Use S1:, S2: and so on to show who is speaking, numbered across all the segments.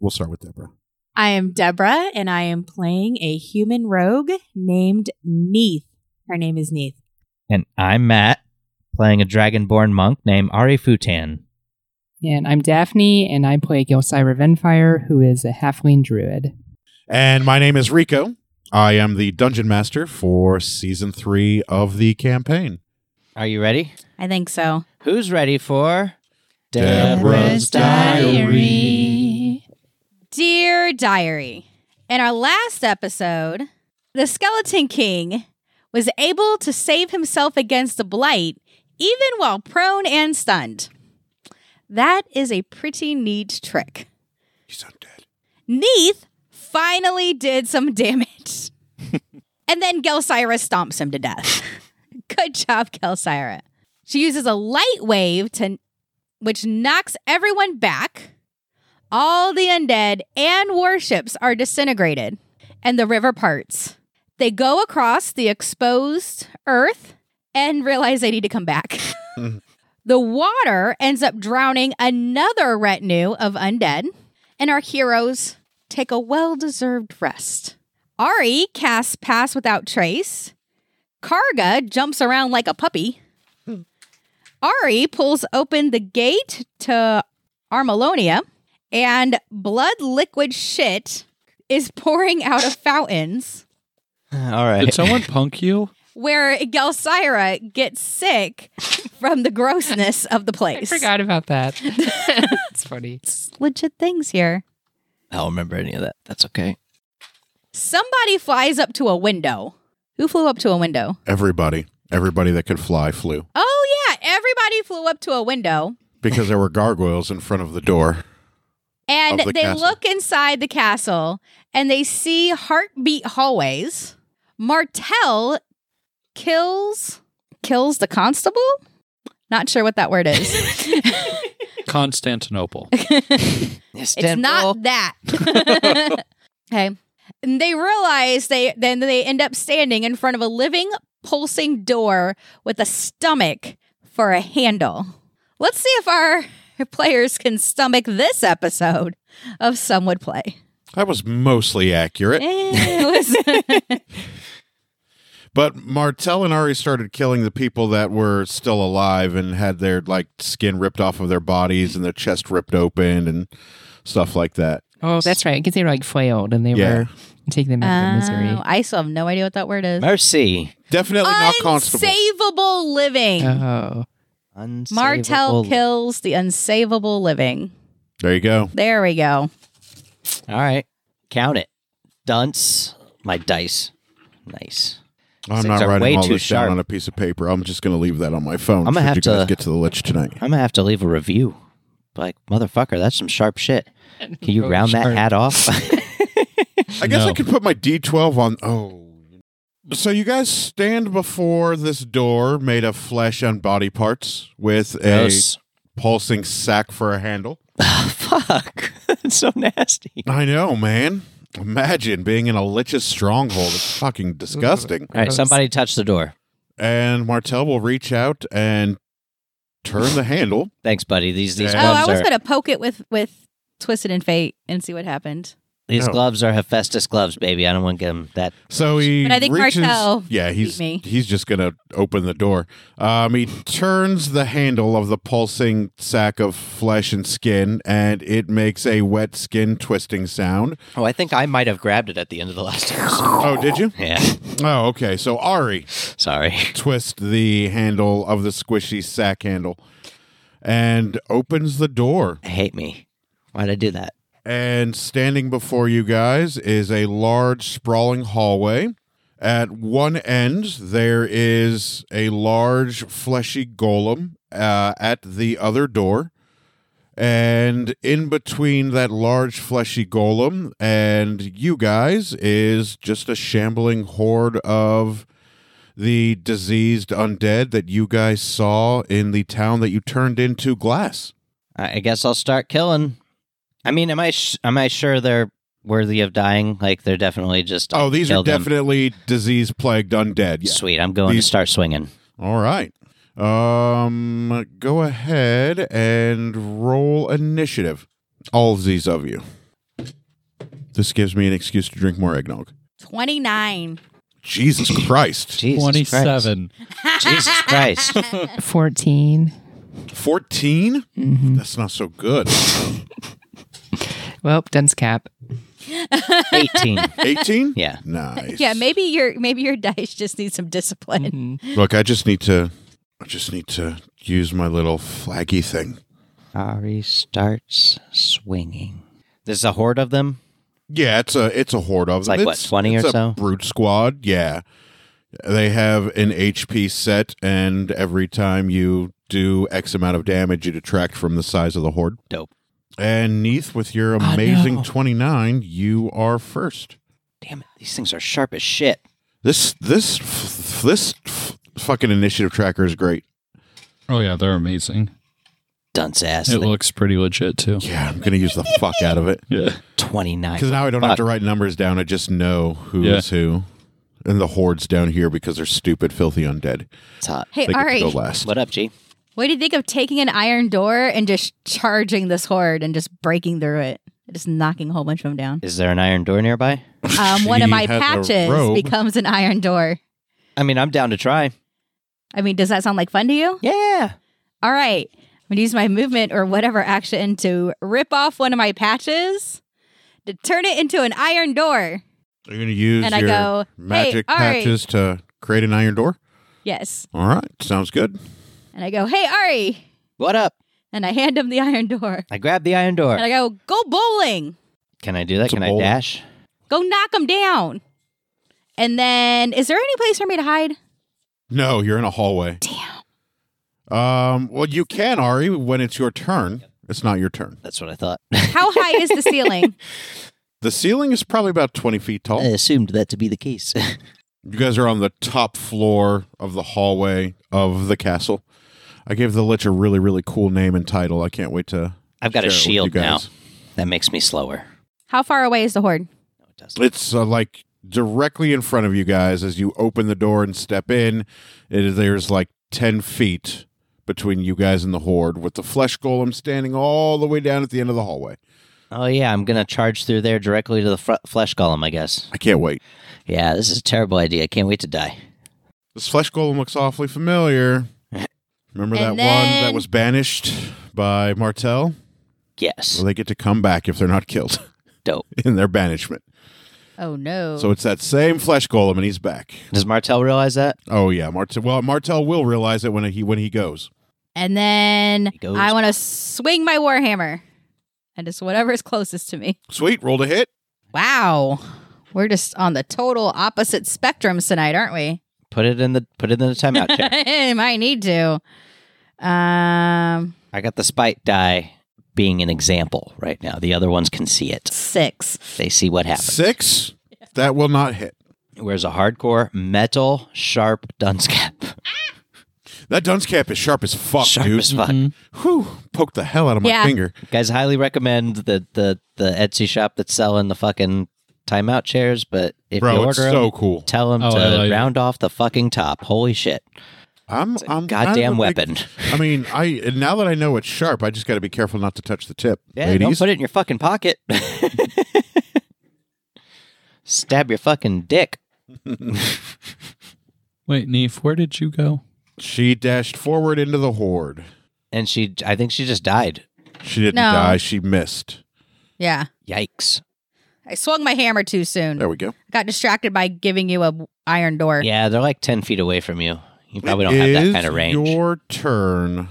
S1: We'll start with Deborah.
S2: I am Deborah, and I am playing a human rogue named Neith. Her name is Neith.
S3: And I'm Matt, playing a dragonborn monk named Ari Futan.
S4: And I'm Daphne, and I play Gilcyra Venfire, who is a halfling druid.
S1: And my name is Rico. I am the dungeon master for season three of the campaign.
S3: Are you ready?
S2: I think so.
S3: Who's ready for
S1: Deborah's
S2: Diary. Dear Diary, in our last episode, the Skeleton King was able to save himself against the blight even while prone and stunned. That is a pretty neat trick.
S1: He's undead.
S2: Neith finally did some damage. and then Gelsira stomps him to death. Good job, Gelsira. She uses a light wave to which knocks everyone back. All the undead and warships are disintegrated, and the river parts. They go across the exposed earth and realize they need to come back. the water ends up drowning another retinue of undead and our heroes take a well deserved rest. Ari casts Pass Without Trace. Karga jumps around like a puppy.
S4: Hmm.
S2: Ari pulls open the gate to Armalonia, and blood liquid shit is pouring out of fountains
S3: All right.
S5: Did someone punk you?
S2: where Gelsira gets sick from the grossness of the place.
S4: I forgot about that. it's funny.
S2: It's legit things here.
S3: I don't remember any of that. That's okay.
S2: Somebody flies up to a window. Who flew up to a window?
S1: Everybody, everybody that could fly flew
S2: Oh, yeah. Everybody flew up to a window
S1: because there were gargoyles in front of the door.
S2: and
S1: Of the
S2: they
S1: castle.
S2: look inside the castle and they see heartbeat hallways. Martel kills kills the constable? Not sure what that word is.
S5: Constantinople.
S2: it's not that. okay. And they realize they then they end up standing in front of a living pulsing door with a stomach for a handle. Let's see if our players can stomach this episode of Some Would Play.
S1: That was mostly accurate.
S2: Eh, it was-
S1: But Martel and Ari started killing the people that were still alive and had their like skin ripped off of their bodies and their chest ripped open and stuff like that.
S4: Oh, that's right. Because they were like flailed and they
S1: Yeah.
S4: were taking them out of their
S2: Oh,
S4: misery.
S2: I still have no idea what that word is.
S3: Mercy.
S1: Definitely not constable. Uh,
S2: Unsavable living.
S4: Oh,
S2: Martel
S3: Unsavable.
S2: kills the unsavable living.
S1: There you go.
S2: There we go.
S3: All right. Count it. Dunce. My dice. Nice.
S1: I'm
S3: Things
S1: not
S3: are way
S1: writing all
S3: too
S1: this
S3: sharp.
S1: down on a piece of paper. I'm just going to leave that on my phone.
S3: I'm gonna
S1: should
S3: have
S1: you guys
S3: to-
S1: get to the lich tonight.
S3: I'm going to have to leave a review. Like, motherfucker, that's some sharp shit. Can you
S4: Oh,
S3: round that
S4: sharp.
S3: hat off?
S1: I guess I
S5: No.
S1: could put my D12 on. Oh. So you guys stand before this door made of flesh and body parts with a
S3: Gross.
S1: pulsing sack for a handle.
S3: Fuck. That's so nasty.
S1: I know, man. Imagine being in a lich's stronghold. It's fucking disgusting.
S3: All right.
S4: Gross.
S3: Somebody touch the door.
S1: And Martel will reach out and turn the handle.
S3: Thanks, buddy. These these
S1: Oh,
S2: Oh, I
S3: ones
S2: was
S3: are
S2: gonna poke it with with Twisted and Fate and see what happened.
S3: These
S1: No.
S3: gloves are Hephaestus gloves, baby. I don't want to get them that.
S1: So he
S2: But I think
S1: reaches.
S2: Martel
S1: yeah, he's
S2: beat me.
S1: he's just gonna open the door. Um, he turns the handle of the pulsing sack of flesh and skin, and it makes a wet skin twisting sound.
S3: Oh, I think I might have grabbed it at the end of the last episode.
S1: Oh, did you?
S3: yeah,
S1: Oh, okay. So Ari
S3: sorry.
S1: twists the handle of the squishy sack handle, and opens the door.
S3: Hate me. Why'd I do that?
S1: And standing before you guys is a large, sprawling hallway. At one end, there is a large, fleshy golem uh, at the other door. And in between that large, fleshy golem and you guys is just a shambling horde of the diseased undead that you guys saw in the town that you turned into glass.
S3: I, I guess I'll start killing. I mean, am I sh- am I sure they're worthy of dying? Like they're definitely just.
S1: Oh, these
S3: kill
S1: are
S3: them.
S1: definitely disease plagued undead. Yeah.
S3: Sweet, I'm going
S1: These-
S3: to start swinging.
S1: All right. Um, go ahead and roll initiative. All of these of you. This gives me an excuse to drink more eggnog.
S2: 29.
S1: Jesus Christ.
S3: Jesus Christ.
S5: 27.
S3: Jesus Christ.
S4: Oh. 14.
S1: 14?
S4: Mm-hmm.
S1: That's not so good.
S4: Well, dense cap.
S3: 18.
S1: 18?
S3: Yeah.
S1: Nice.
S2: Yeah, maybe your maybe your dice just need some discipline.
S4: Mm-hmm.
S1: Look, I just need to I just need to use my little flaggy thing.
S3: Ari starts swinging. There's a horde of them.
S1: Yeah, it's a it's a horde of
S3: It's
S1: them.
S3: like, what, 20 or
S1: it's a
S3: so?
S1: Brute squad, yeah. They have an HP set, and every time you do X amount of damage, you detract from the size of the horde.
S3: Dope.
S1: And Neith, with your amazing
S4: no.
S1: twenty nine, you are first.
S3: Damn it, these things are sharp as shit.
S1: This this f- this f- fucking initiative tracker is great.
S5: Oh, yeah, they're amazing.
S3: Dunce ass.
S5: It
S3: Like
S5: looks pretty legit, too.
S1: Yeah, I'm gonna use the fuck out of it
S5: Yeah.
S3: Twenty nine.
S1: because now I don't have to write numbers down. I just know who is
S5: Yeah.
S1: who, and the hordes down here because they're stupid, filthy undead.
S3: It's hot.
S2: Hey,
S1: Mm-hmm. They get to
S2: Ari,
S1: go last.
S3: What up, G?
S2: what do you think of taking an iron door and just charging this horde and just breaking through it? Just knocking a whole bunch of them down.
S3: Is there an iron door nearby?
S2: Um, one of
S1: She
S2: my
S1: has a
S2: patches
S1: robe.
S2: becomes an iron door.
S3: I mean, I'm down to try.
S2: I mean, does that sound like fun to you?
S3: Yeah.
S2: All right. I'm going to use my movement or whatever action to rip off one of my patches to turn it into an iron door.
S1: You're going to use
S2: And I
S1: your
S2: go, "Hey,
S1: magic
S2: Ari."
S1: patches to create an iron door?
S2: Yes.
S1: All right. Sounds good.
S2: And I go, hey, Ari.
S3: What up?
S2: And I hand him the iron door.
S3: I grab the iron door.
S2: And I go, go bowling.
S3: Can I do that?
S1: It's a
S3: Can
S1: bowl.
S3: I dash?
S2: Go knock him down. And then, is there any place for me to hide?
S1: No, you're in a hallway. Damn. Um, well, you can, Ari, when it's your turn. It's not your turn.
S3: That's what I thought.
S2: How high is the ceiling?
S1: The ceiling is probably about 20 feet
S3: I
S1: tall.
S3: assumed that to be the case.
S1: You guys are on the top floor of the hallway of the castle. I gave the Lich a really, really cool name and title. I can't wait to.
S3: I've got a
S1: share it with
S3: shield
S1: you
S3: now.
S1: guys.
S3: That makes me slower.
S2: How far away is the horde?
S3: No, it doesn't.
S1: It's uh, like directly in front of you guys as you open the door and step in. It is, there's like 10 feet between you guys and the horde, with the flesh golem standing all the way down at the end of the hallway.
S3: Oh yeah, I'm gonna charge through there directly to the fr- flesh golem. I guess.
S1: I can't wait.
S3: Yeah, this is a terrible idea. I can't wait to die.
S1: This flesh golem looks awfully familiar. Remember that one
S2: And
S1: that
S2: then-
S1: was banished by Martel?
S3: Yes.
S1: Well, they get to come back if they're not killed
S3: Dope.
S1: in their banishment.
S2: Oh, no.
S1: So it's that same flesh golem, and he's back.
S3: Does Martel realize that?
S1: Oh yeah, Martel. Well, Martel will realize it when he when he goes.
S2: And then
S3: He goes
S2: I want to swing my warhammer, and it's whatever is closest to me.
S1: Sweet, rolled a hit.
S2: Wow, we're just on the total opposite spectrums tonight, aren't we?
S3: Put it in the put it in the timeout chair.
S2: I might need to. Um,
S3: I got the spite die being an example right now. The other ones can see it.
S2: six.
S3: They see what happens.
S1: Six. That will not hit.
S3: Where's a hardcore metal sharp dunce cap?
S1: That dunce cap is sharp as fuck,
S3: sharp
S1: dude.
S3: as fuck.
S5: Mm-hmm.
S1: Whew, poked the hell out of my
S2: Yeah.
S1: finger.
S3: Guys, highly recommend the, the the Etsy shop that's selling the fucking timeout chairs. But if you
S1: Bro,
S3: order
S1: it's
S3: 'em,
S1: so cool.
S3: tell them
S5: Oh, I
S3: to
S5: like it.
S3: round off the fucking top. Holy shit!
S1: I'm,
S3: It's a
S1: I'm I'm
S3: goddamn
S1: a big-
S3: weapon.
S1: I mean, I and now that I know it's sharp, I just got to be careful not to touch the tip,
S3: Yeah,
S1: ladies.
S3: don't put it in your fucking pocket. Stab your fucking dick.
S5: Wait, Neef, where did you go?
S1: She dashed forward into the horde.
S3: And she, I think she just died.
S1: She didn't
S2: No.
S1: die. She missed.
S2: Yeah.
S3: Yikes.
S2: I swung my hammer too soon.
S1: There we go.
S2: Got distracted by giving you a w- iron door.
S3: Yeah, they're like 10 feet away from you. You probably don't have that
S1: Is
S3: kind of range.
S1: Your turn,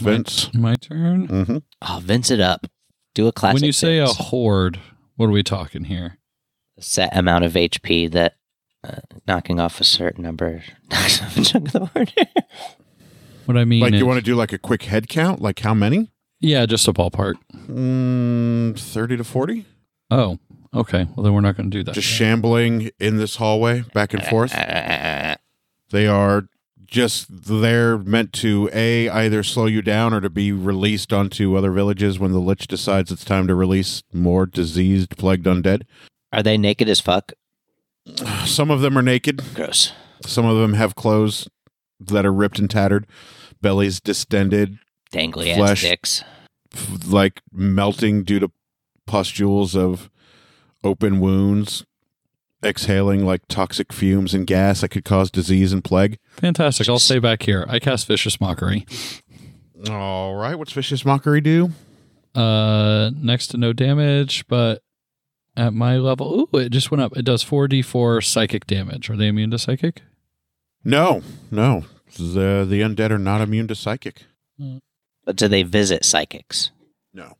S1: Vince.
S5: My, my turn.
S1: Mm-hmm.
S3: Oh, Vince it up. Do a classic.
S5: when you say a
S3: Vince.
S5: horde, what are we talking here?
S3: set amount of HP that uh, knocking off a certain number knocks off a chunk of the horde.
S5: What I mean,
S1: Like
S5: is-
S1: you want to do like a quick head count? Like how many?
S5: yeah, just a ballpark.
S1: Mm, Thirty to forty.
S5: Oh, okay. Well, then we're not going to do that.
S1: Just shambling in this hallway back
S3: Eh,
S1: and forth. They are just there meant to a either slow you down or to be released onto other villages when the lich decides it's time to release more diseased, plagued undead.
S3: Are they naked as fuck?
S1: Some of them are naked.
S3: Gross.
S1: Some of them have clothes that are ripped and tattered, bellies distended,
S3: Dangly
S1: Flesh.
S3: ass dicks.
S1: f- like melting due to pustules of open wounds, exhaling like toxic fumes and gas that could cause disease and plague.
S5: Fantastic. I'll stay back here. I cast Vicious Mockery.
S1: All right, what's vicious mockery do?
S5: Uh, next to no damage, but at my level, ooh, it just went up. It does 4d4 psychic damage. Are they immune to psychic?
S1: No, no. The the undead are not immune to psychic.
S3: But do they visit psychics?
S1: No.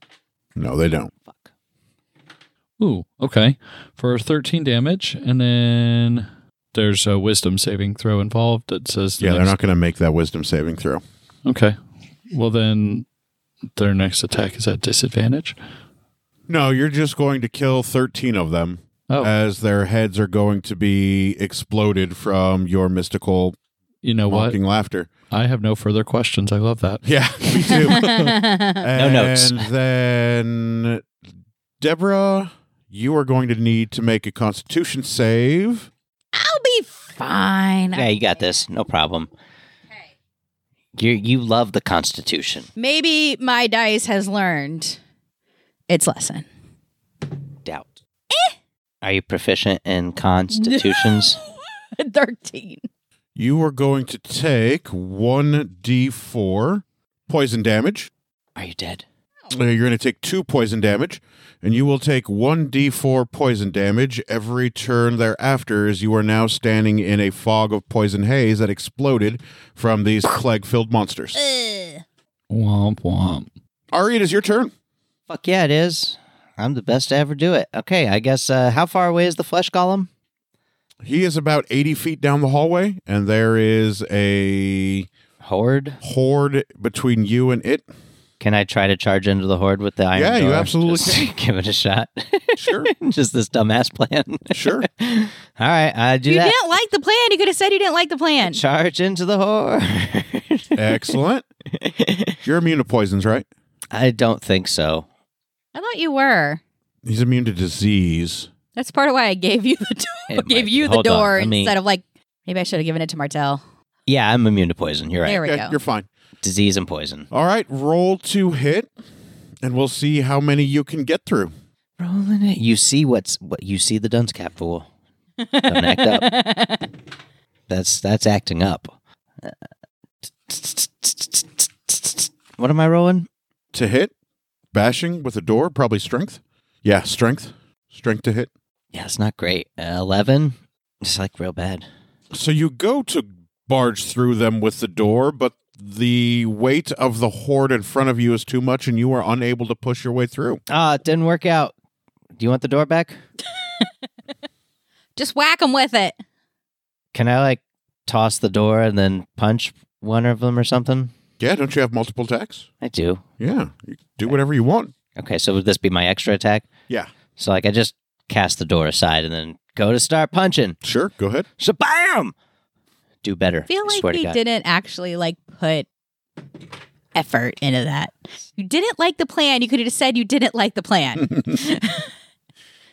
S1: No, they don't.
S3: Fuck.
S5: Ooh, okay. For 13 damage, and then there's a wisdom saving throw involved that says, the
S1: Yeah, they're
S5: next-
S1: not going to make that wisdom saving throw.
S5: Okay. Well, then their next attack is at disadvantage.
S1: No, you're just going to kill 13 of them
S5: Oh,
S1: as their heads are going to be exploded from your mystical
S5: you know what?
S1: mocking laughter.
S5: I have no further questions. I love that.
S1: Yeah, me too.
S3: No notes.
S1: And then, Deborah, you are going to need to make a constitution save.
S2: I'll be fine.
S3: Yeah, you got this. No problem. You you love the Constitution.
S2: Maybe my dice has learned its lesson.
S3: Doubt. Are you proficient in constitutions?
S2: 13.
S1: You are going to take 1d4 poison damage.
S3: Are you dead?
S1: Uh, You're going to take two poison damage, and you will take 1d4 poison damage every turn thereafter, as you are now standing in a fog of poison haze that exploded from these plague filled monsters.
S2: Ugh.
S5: Womp womp.
S1: Ari, it is your turn.
S3: Fuck yeah, it is. I'm the best to ever do it. Okay, I guess. Uh, how far away is the flesh golem?
S1: He is about 80 feet down the hallway, and there is a
S3: Horde.
S1: horde between you and it.
S3: Can I try to charge into the horde with the iron?
S1: Yeah, you
S3: door?
S1: absolutely
S3: Just give it a shot.
S1: Sure.
S3: Just this dumbass plan.
S1: Sure.
S3: All right, I do
S2: You
S3: that.
S2: didn't like the plan. You could have said you didn't like the plan.
S3: Charge into the horde.
S1: Excellent. You're immune to poisons, right?
S3: I don't think so.
S2: I thought you were.
S1: He's immune to disease.
S2: That's part of why I gave you the door.
S3: It
S2: gave
S3: might
S2: you
S3: be.
S2: the
S3: Hold on,
S2: door
S3: let me-
S2: instead of like maybe I should have given it to Martel.
S3: Yeah, I'm immune to poison. You're right.
S2: There we
S1: Okay,
S2: go.
S1: you're fine.
S3: Disease and poison.
S1: All right, roll to hit, and we'll see how many you can get through.
S3: Rolling it. You see what's what? You see the dunce cap fool. Don't act up. That's that's acting up. What am I rolling?
S1: To hit, bashing with a door, probably strength. Yeah, strength. Strength to hit.
S3: Yeah, it's not great. Uh, Eleven. It's like real bad.
S1: So you go to barge through them with the door, but the weight of the horde in front of you is too much, and you are unable to push your way through.
S3: Ah, it didn't work out. Do you want the door back?
S2: Just whack him with it.
S3: Can I like toss the door and then punch one of them or something?
S1: Yeah, don't you have multiple attacks?
S3: I do.
S1: Yeah, you do whatever you want.
S3: Okay, so would this be my extra attack?
S1: Yeah,
S3: So like I just cast the door aside and then go to start punching.
S1: sure. Go ahead.
S3: Shabam! Do better.
S2: I feel like
S3: swear to
S2: we
S3: God.
S2: didn't actually like put effort into that. You didn't like the plan. You could have just said you didn't like the plan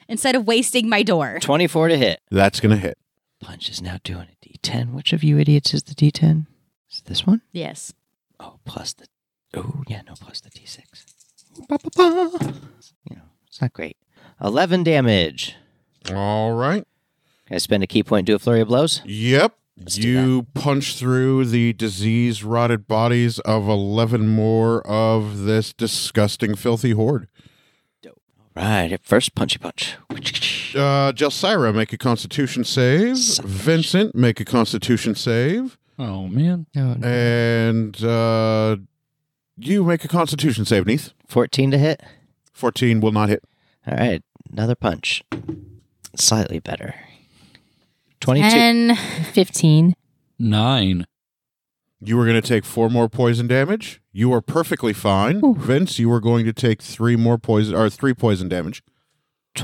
S2: instead of wasting my door.
S3: 24 to hit.
S1: That's gonna hit.
S3: Punch is now doing a D10. Which of you idiots is the D10? Is it this one?
S2: Yes.
S3: Oh, plus the. Oh, yeah, no, plus the D6. Ba, ba, ba. You know, it's not great. 11 damage.
S1: All right.
S3: Can I spend a key point, do a flurry of blows?
S1: Yep.
S3: Let's do
S1: you punch through the disease rotted bodies of 11 more of this disgusting, filthy horde.
S3: Right, first punchy punch.
S1: Uh, Jelsira, make a constitution save.
S3: Son of a bitch.
S1: Vincent, make a constitution save.
S5: Oh man.
S4: Oh, no.
S1: And uh, you make a constitution save, Neith.
S3: 14 to hit.
S1: 14 will not hit.
S3: All right, another punch. Slightly better. 22.
S2: And
S4: 15.
S5: Nine.
S1: You are going to take four more poison damage. You are perfectly fine. Vince, you are going to take three more poison or three poison damage.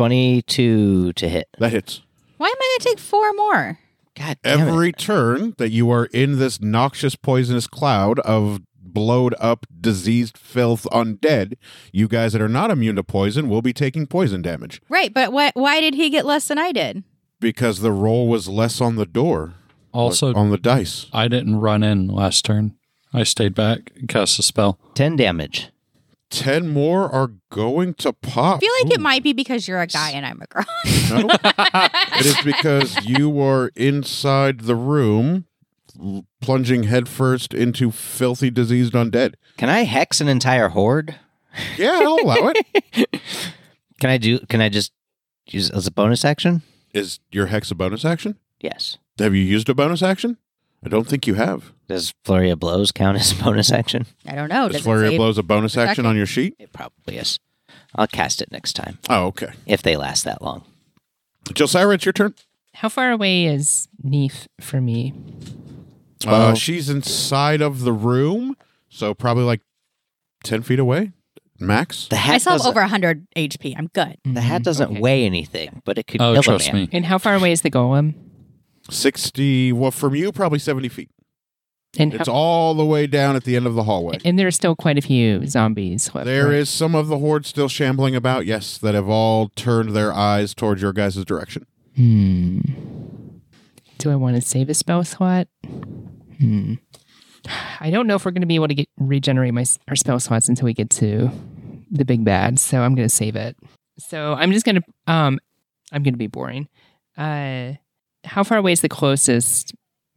S3: 22 to hit.
S1: That hits.
S2: why am I going to take four more?
S3: God damn it.
S1: Every turn that you are in this noxious, poisonous cloud of blowed up, diseased filth, undead, you guys that are not immune to poison will be taking poison damage
S2: Right, but why, why did he get less than I did?
S1: because the roll was less on the door,
S5: Also,
S1: on the dice.
S5: I didn't run in last turn. I stayed back and cast a spell.
S3: 10 damage.
S1: Ten more are going to
S2: I
S1: pop.
S2: feel like it might be because you're a guy and I'm a girl.
S1: No. it is because you were inside the room, l- plunging headfirst into filthy, diseased undead.
S3: Can I hex an entire horde?
S1: Yeah, I'll allow it.
S3: Can I do can I just use it as a bonus action?
S1: Is your hex a bonus action?
S3: Yes.
S1: Have you used a bonus action? I don't think you have.
S3: Does flurry of blows count as a bonus action?
S2: I don't know.
S1: Is
S2: Oh, Does
S1: flurry
S2: it
S1: of
S2: say-
S1: blows a bonus action
S2: second?
S1: on your sheet?
S3: It probably is. I'll cast it next time
S1: Oh, okay.
S3: if they last that long.
S1: Jelsira, it's your turn.
S4: How far away is Neef for me?
S1: Uh,
S3: Twelve.
S1: she's inside of the room, so probably like ten feet away, max.
S3: The
S2: I
S3: hat
S2: still have
S3: doesn't,
S2: over 100 HP. I'm good.
S3: the hat
S4: Mhm,
S3: doesn't
S4: okay.
S3: weigh anything, but it could
S5: Oh,
S3: kill
S5: trust
S3: a man.
S5: me.
S4: And how far away is the golem?
S1: Sixty. Well, from you, probably seventy feet.
S4: And,
S1: It's
S4: how,
S1: all the way down at the end of the hallway.
S4: and there are still quite a few zombies left.
S1: There
S4: right?
S1: is some of the horde still shambling about, yes, that have all turned their eyes towards your guys' direction.
S4: Hmm. Do I want to save a spell slot? Hmm. I don't know if we're going to be able to get regenerate my s- our spell slots until we get to the big bad, so I'm going to save it. So I'm just going to um I'm going to be boring. Uh how far away is the closest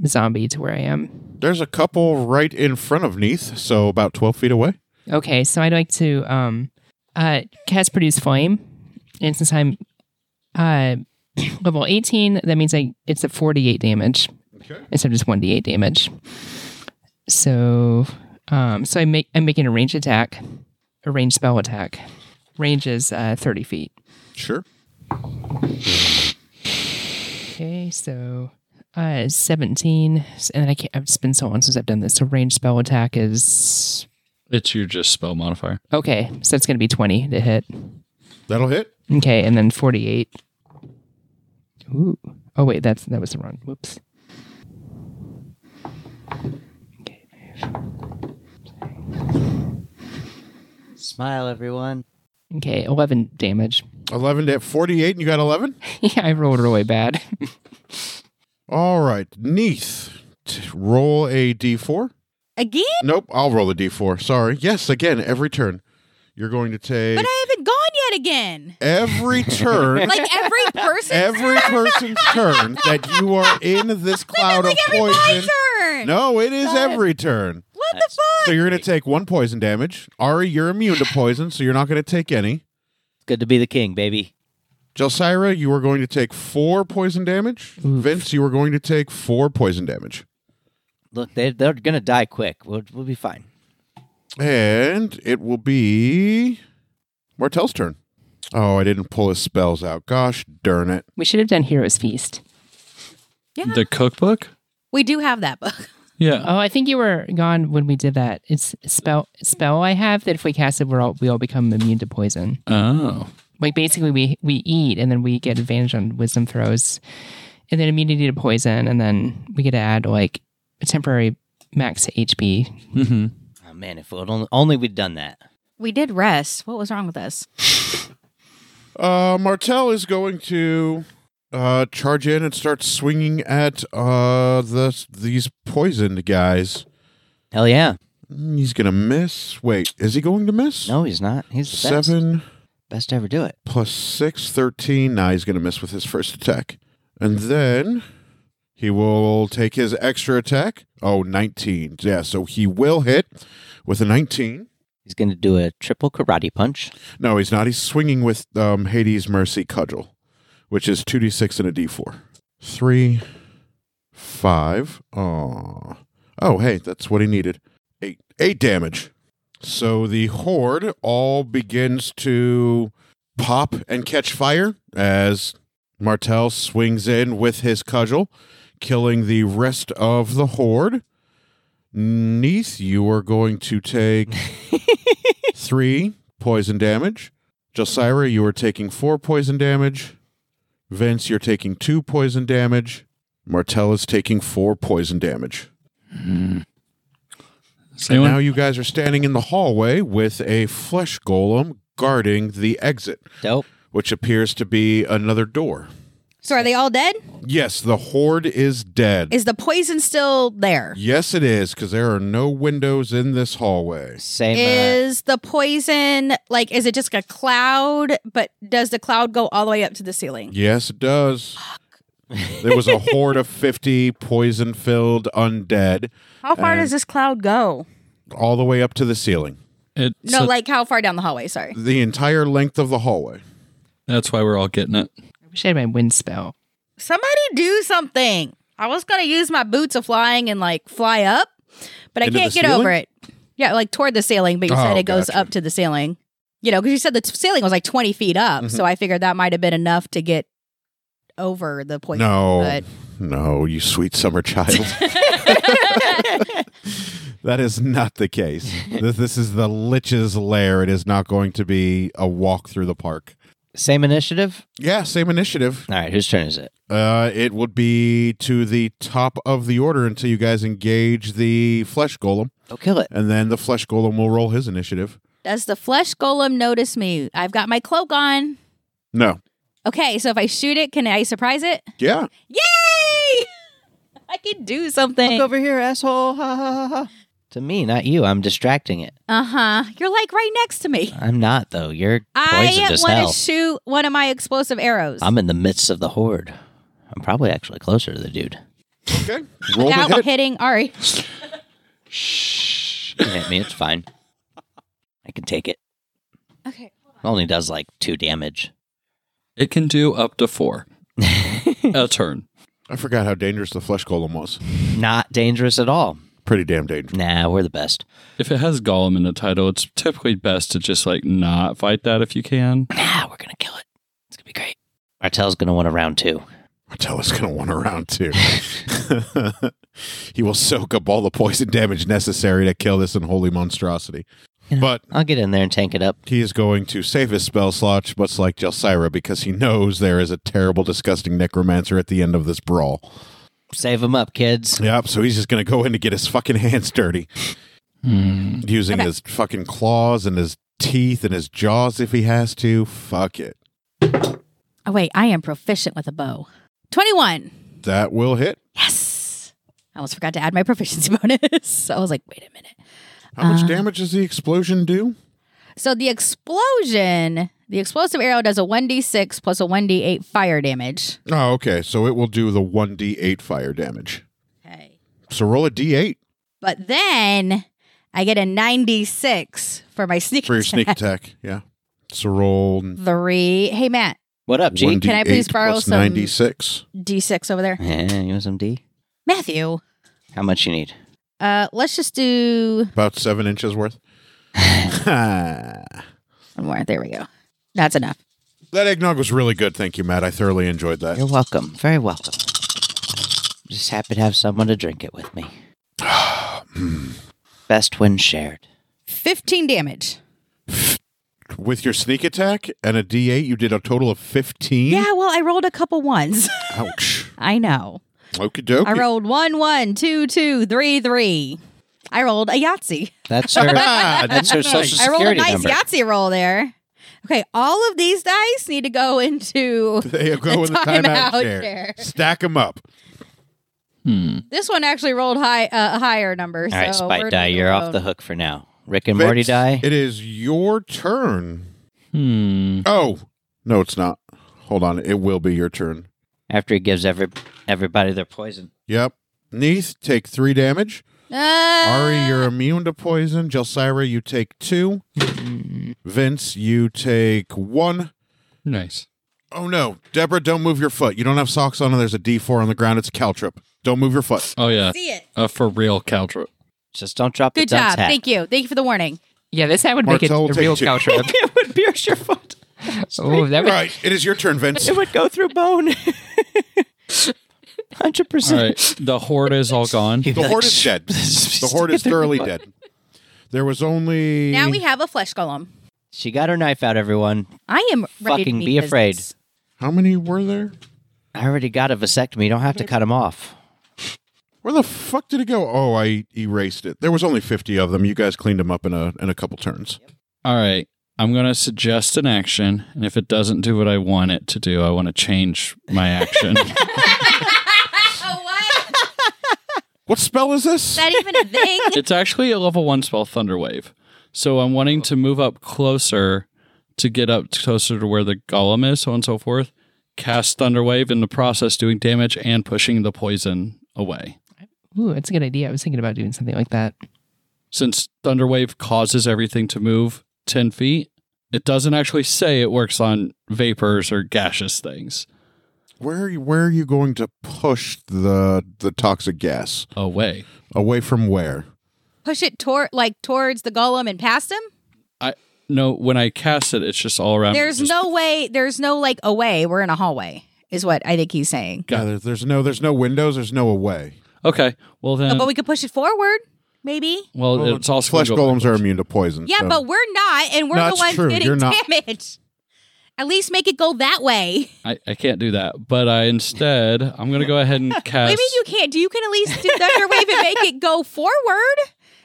S4: zombie to where I am?
S1: There's a couple right in front of Neath, so about 12 feet away.
S4: Okay, so I'd like to um uh cast produce flame. And since I'm uh level 18, that means I it's a 48 damage.
S1: Okay.
S4: instead of just one d8 damage. So, um, so I make I'm making a range attack, a range spell attack. Range is uh, thirty feet.
S1: Sure.
S4: Okay, so uh, seventeen, and then I can't. It's been so long since I've done this. So range spell attack is
S5: It's your just spell modifier.
S4: okay. So it's going to be twenty to hit.
S1: That'll hit.
S4: Okay, and then forty-eight. Ooh. Oh wait, that's that was the wrong. Whoops. Okay.
S3: Smile, everyone.
S4: Okay, eleven damage.
S1: 11 to hit 48, and you got 11?
S4: yeah, I rolled really bad.
S1: All right. Neath, t- roll a d4.
S2: Again?
S1: Nope, I'll roll a d4. Sorry. Yes, again, every turn. You're going to take
S2: But I haven't gone yet again.
S1: every turn.
S2: Like every person.
S1: Every person's turn that you are in this cloud of
S2: like every my
S1: poison.
S2: turn.
S1: No, it is every turn.
S2: What the fuck?
S1: So you're going to take one poison damage. Ari, you're immune to poison, so you're not going to take any.
S3: Good to be the king, baby.
S1: Jelsira, you are going to take four poison damage. Vince, you are going to take four poison damage.
S3: Look, they, they're going to die quick. We'll, we'll be fine.
S1: And it will be Martell's turn. Oh, I didn't pull his spells out. Gosh darn it.
S4: We should have done Heroes Feast.
S2: Yeah.
S5: The cookbook?
S2: We do have that book.
S5: Yeah.
S4: Oh, I think you were gone when we did that. It's spell spell I have that if we cast it, we're all we all become immune to poison.
S5: Oh.
S4: Like basically, we we eat and then we get advantage on wisdom throws, and then immunity to poison, and then we get to add like a temporary max HP.
S5: Mm-hmm.
S3: Oh, man, if we'd only, only we'd done that.
S2: We did rest. What was wrong with us?
S1: Uh, Martell is going to uh, charge in and start swinging at uh, the, these poisoned guys.
S3: Hell yeah.
S1: He's going to miss. Wait, is he going to miss?
S3: No, he's not. He's the best.
S1: Seven.
S3: Best to ever do it.
S1: plus six, 13. Now he's going to miss with his first attack. And then he will take his extra attack. Oh, 19. Yeah, so he will hit with a 19.
S3: He's going to do a triple karate punch.
S1: No, he's not. He's swinging with um, Hades' Mercy Cudgel, which is 2d6 and a d4. Three, five. Aw. Oh, hey, that's what he needed. Eight, eight damage. So the horde all begins to pop and catch fire as Martel swings in with his cudgel, killing the rest of the horde. Neath, you are going to take three poison damage. Jelsira, you are taking four poison damage. Vince, you're taking two poison damage. Martell is taking four poison damage.
S5: Does
S1: And
S5: anyone-
S1: now you guys are standing in the hallway with a flesh golem guarding the exit,
S3: Dope.
S1: which appears to be another door.
S2: So are they all dead?
S1: Yes, the horde is dead.
S2: Is the poison still there?
S1: yes, it is, because there are no windows in this hallway.
S3: Same. uh,
S2: Is the poison like is it just a cloud? But does the cloud go all the way up to the ceiling?
S1: Yes, it does. there was a horde of 50 poison filled undead
S2: How far
S1: Uh,
S2: does this cloud go?
S1: all the way up to the ceiling.
S5: It's uh,
S2: No,
S5: a-
S2: like how far down the hallway? Sorry.
S1: the entire length of the hallway.
S5: that's why we're all getting it.
S4: I wish I had my wind spell.
S2: Somebody do something. I was gonna use my boots of flying and like fly up, but I
S1: Into
S2: can't
S1: the
S2: get over
S1: ceiling?
S2: it. Yeah, like toward the ceiling, but you said
S1: Oh,
S2: it goes
S1: gotcha.
S2: up to the ceiling. You know, because you said the t- ceiling was like twenty feet up,
S1: Mm-hmm.
S2: so I figured that might have been enough to get over the poison.
S1: no,
S2: but-
S1: no, you sweet summer child. that is not the case. This, this is the Lich's lair. It is not going to be a walk through the park.
S3: same initiative.
S1: Yeah, same initiative.
S3: All right, whose turn is it?
S1: Uh, it would be to the top of the order until you guys engage the flesh golem,
S3: Oh, kill it.
S1: and then the flesh golem will roll his initiative.
S2: Does the flesh golem notice me? I've got my cloak on.
S1: No.
S2: Okay, so if I shoot it, can I surprise it?
S1: Yeah.
S2: Yay! I can do something.
S3: Look over here, asshole. Ha, ha, ha, ha. To me, not you. I'm distracting it.
S2: Uh huh. You're like right next to me.
S3: I'm not though. You're poisoned
S2: I
S3: as
S2: want
S3: hell.
S2: to shoot one of my explosive arrows.
S3: I'm in the midst of the horde. I'm probably actually closer to the dude.
S1: Okay. Roll
S2: without
S1: the hit.
S2: hitting Ari.
S3: You hit me. It's fine. I can take it.
S2: Okay.
S3: Only does like two damage.
S5: It can do up to four a turn.
S1: I forgot how dangerous the flesh golem was.
S3: Not dangerous at all.
S1: Pretty damn dangerous.
S3: Nah, we're the best.
S5: If it has Gollum in the title, it's typically best to just like not fight that if you can.
S3: Nah, we're gonna kill it. It's gonna be great. Martel's gonna want a round two.
S1: Martella's going to want a round two. he will soak up all the poison damage necessary to kill this unholy monstrosity.
S3: You know.
S1: But
S3: I'll get in there and tank it up.
S1: he is going to save his spell slot, much like Jelsira, because he knows there is a terrible, disgusting necromancer at the end of this brawl.
S3: Save him up, kids.
S1: Yep, so he's just going to go in to get his fucking hands dirty, using his fucking claws and his teeth and his jaws if he has to. Fuck it.
S2: Oh, wait. I am proficient with a bow. 21.
S1: That will hit.
S2: Yes. I almost forgot to add my proficiency bonus. I was like, wait a minute.
S1: How much damage does the explosion do?
S2: So the explosion, the explosive arrow does a 1d6 plus a 1d8 fire damage.
S1: Oh, okay. So it will do the 1d8 fire damage.
S2: Okay.
S1: So roll a d8
S2: But then I get a 96 for my sneak
S1: for your sneak
S2: attack.
S1: attack. Yeah. So roll
S2: Three. Hey, Matt,
S3: What up, G?
S1: 1d8
S2: can I please borrow
S1: plus
S2: some-
S1: 96.
S2: d6 over there.
S3: Yeah, you want some D?
S2: Matthew,
S3: How much you need?
S2: uh, let's just do
S1: About seven inches worth. that
S2: one more. There we go. That's enough.
S1: eggnog was really good. Thank you, Matt. I thoroughly enjoyed
S3: You're
S1: that.
S3: welcome. Very welcome. Just happy to have someone to drink it with me.
S5: Hmm.
S3: Best when shared.
S2: 15 damage.
S1: With your sneak attack and a d8, you did a total of 15.
S2: Yeah, well, I rolled a couple ones.
S1: Ouch.
S2: I know.
S1: Okie doke.
S2: I rolled one, one, two, two, three, three. I rolled a Yahtzee.
S3: That's her.
S1: Ah,
S3: that's her social
S2: I rolled a
S3: security
S2: nice
S3: number.
S2: Yahtzee roll there. Okay, all of these dice need to go into.
S1: They go in the timeout chair. Stack them up.
S2: This one actually rolled high uh, a higher number.
S3: All right,
S2: so
S3: Spite
S2: we're
S3: die. You're off the
S2: alone.
S3: hook for now. Rick and Morty
S1: Vince,
S3: die.
S1: It is your turn.
S5: Hmm.
S1: Oh, no, it's not. Hold on. It will be your turn.
S3: After he gives every everybody their poison.
S1: Yep. Neith, take three damage.
S2: uh,
S1: Ari, you're immune to poison. Jelsira, you take two. Vince, you take one.
S5: Nice.
S1: Oh no, Deborah, don't move your foot. You don't have socks on, and there's a D4 on the ground. It's a caltrip. Don't move your foot.
S5: Oh yeah,
S2: See it.
S5: a for real caltrip.
S3: Just don't drop
S2: Good
S3: the dunce
S2: job.
S3: hat.
S2: Thank you. Thank you for the warning.
S4: Yeah, this hat would make
S1: Martel will
S4: it a
S1: take
S4: real
S1: two.
S4: cow trip.
S3: it would pierce your foot.
S4: oh, that
S1: All
S4: would,
S1: right, it is your turn, Vince.
S3: It would go through bone. Hundred
S5: All
S3: percent.
S5: right, the horde is all gone.
S1: The horde is dead. The horde is thoroughly dead. There was only
S2: Now we have a flesh golem.
S3: She got her knife out, everyone.
S2: I am ready to
S3: Fucking
S2: meet
S3: be afraid.
S2: business.
S1: how many were there?
S3: I already got a vasectomy. You don't have to cut him off.
S1: Where the fuck did it go? Oh, I erased it. There was only fifty of them. You guys cleaned them up in a in a couple turns.
S5: All right, I'm gonna suggest an action, and if it doesn't do what I want it to do, I want to change my action.
S2: what?
S1: What spell is this?
S2: That even a thing?
S5: it's actually a level one spell, Thunderwave. So I'm wanting to move up closer to get up closer to where the golem is, so on and so forth. Cast Thunderwave in the process, doing damage and pushing the poison away.
S4: ooh, that's a good idea. I was thinking about doing something like that.
S5: since Thunderwave causes everything to move 10 feet, it doesn't actually say it works on vapors or gaseous things.
S1: Where are you, where are you going to push the the toxic gas
S5: Away.
S1: away from where?
S2: Push it toward like towards the golem and past him?
S5: No, when I cast it, it's just all around. me.
S2: there's
S5: Just-
S2: no way there's no like away. We're in a hallway, is what I think he's saying.
S1: Yeah, there- there's no there's no windows. There's no away.
S5: Okay. Well,
S1: Uh,
S5: then.
S2: but we could push it forward, maybe.
S5: well, it's also.
S1: flesh
S5: gonna go
S1: golems are immune to poison.
S2: Yeah,
S1: so-
S2: but we're not, and we're
S1: No,
S2: the
S1: that's
S2: ones
S1: true.
S2: getting
S1: You're not-
S2: damage. At least make it go that way.
S5: I, I can't do that. But I instead, I'm going to go ahead and cast.
S2: Maybe you can't. Do you can at least do thunderwave and make it go forward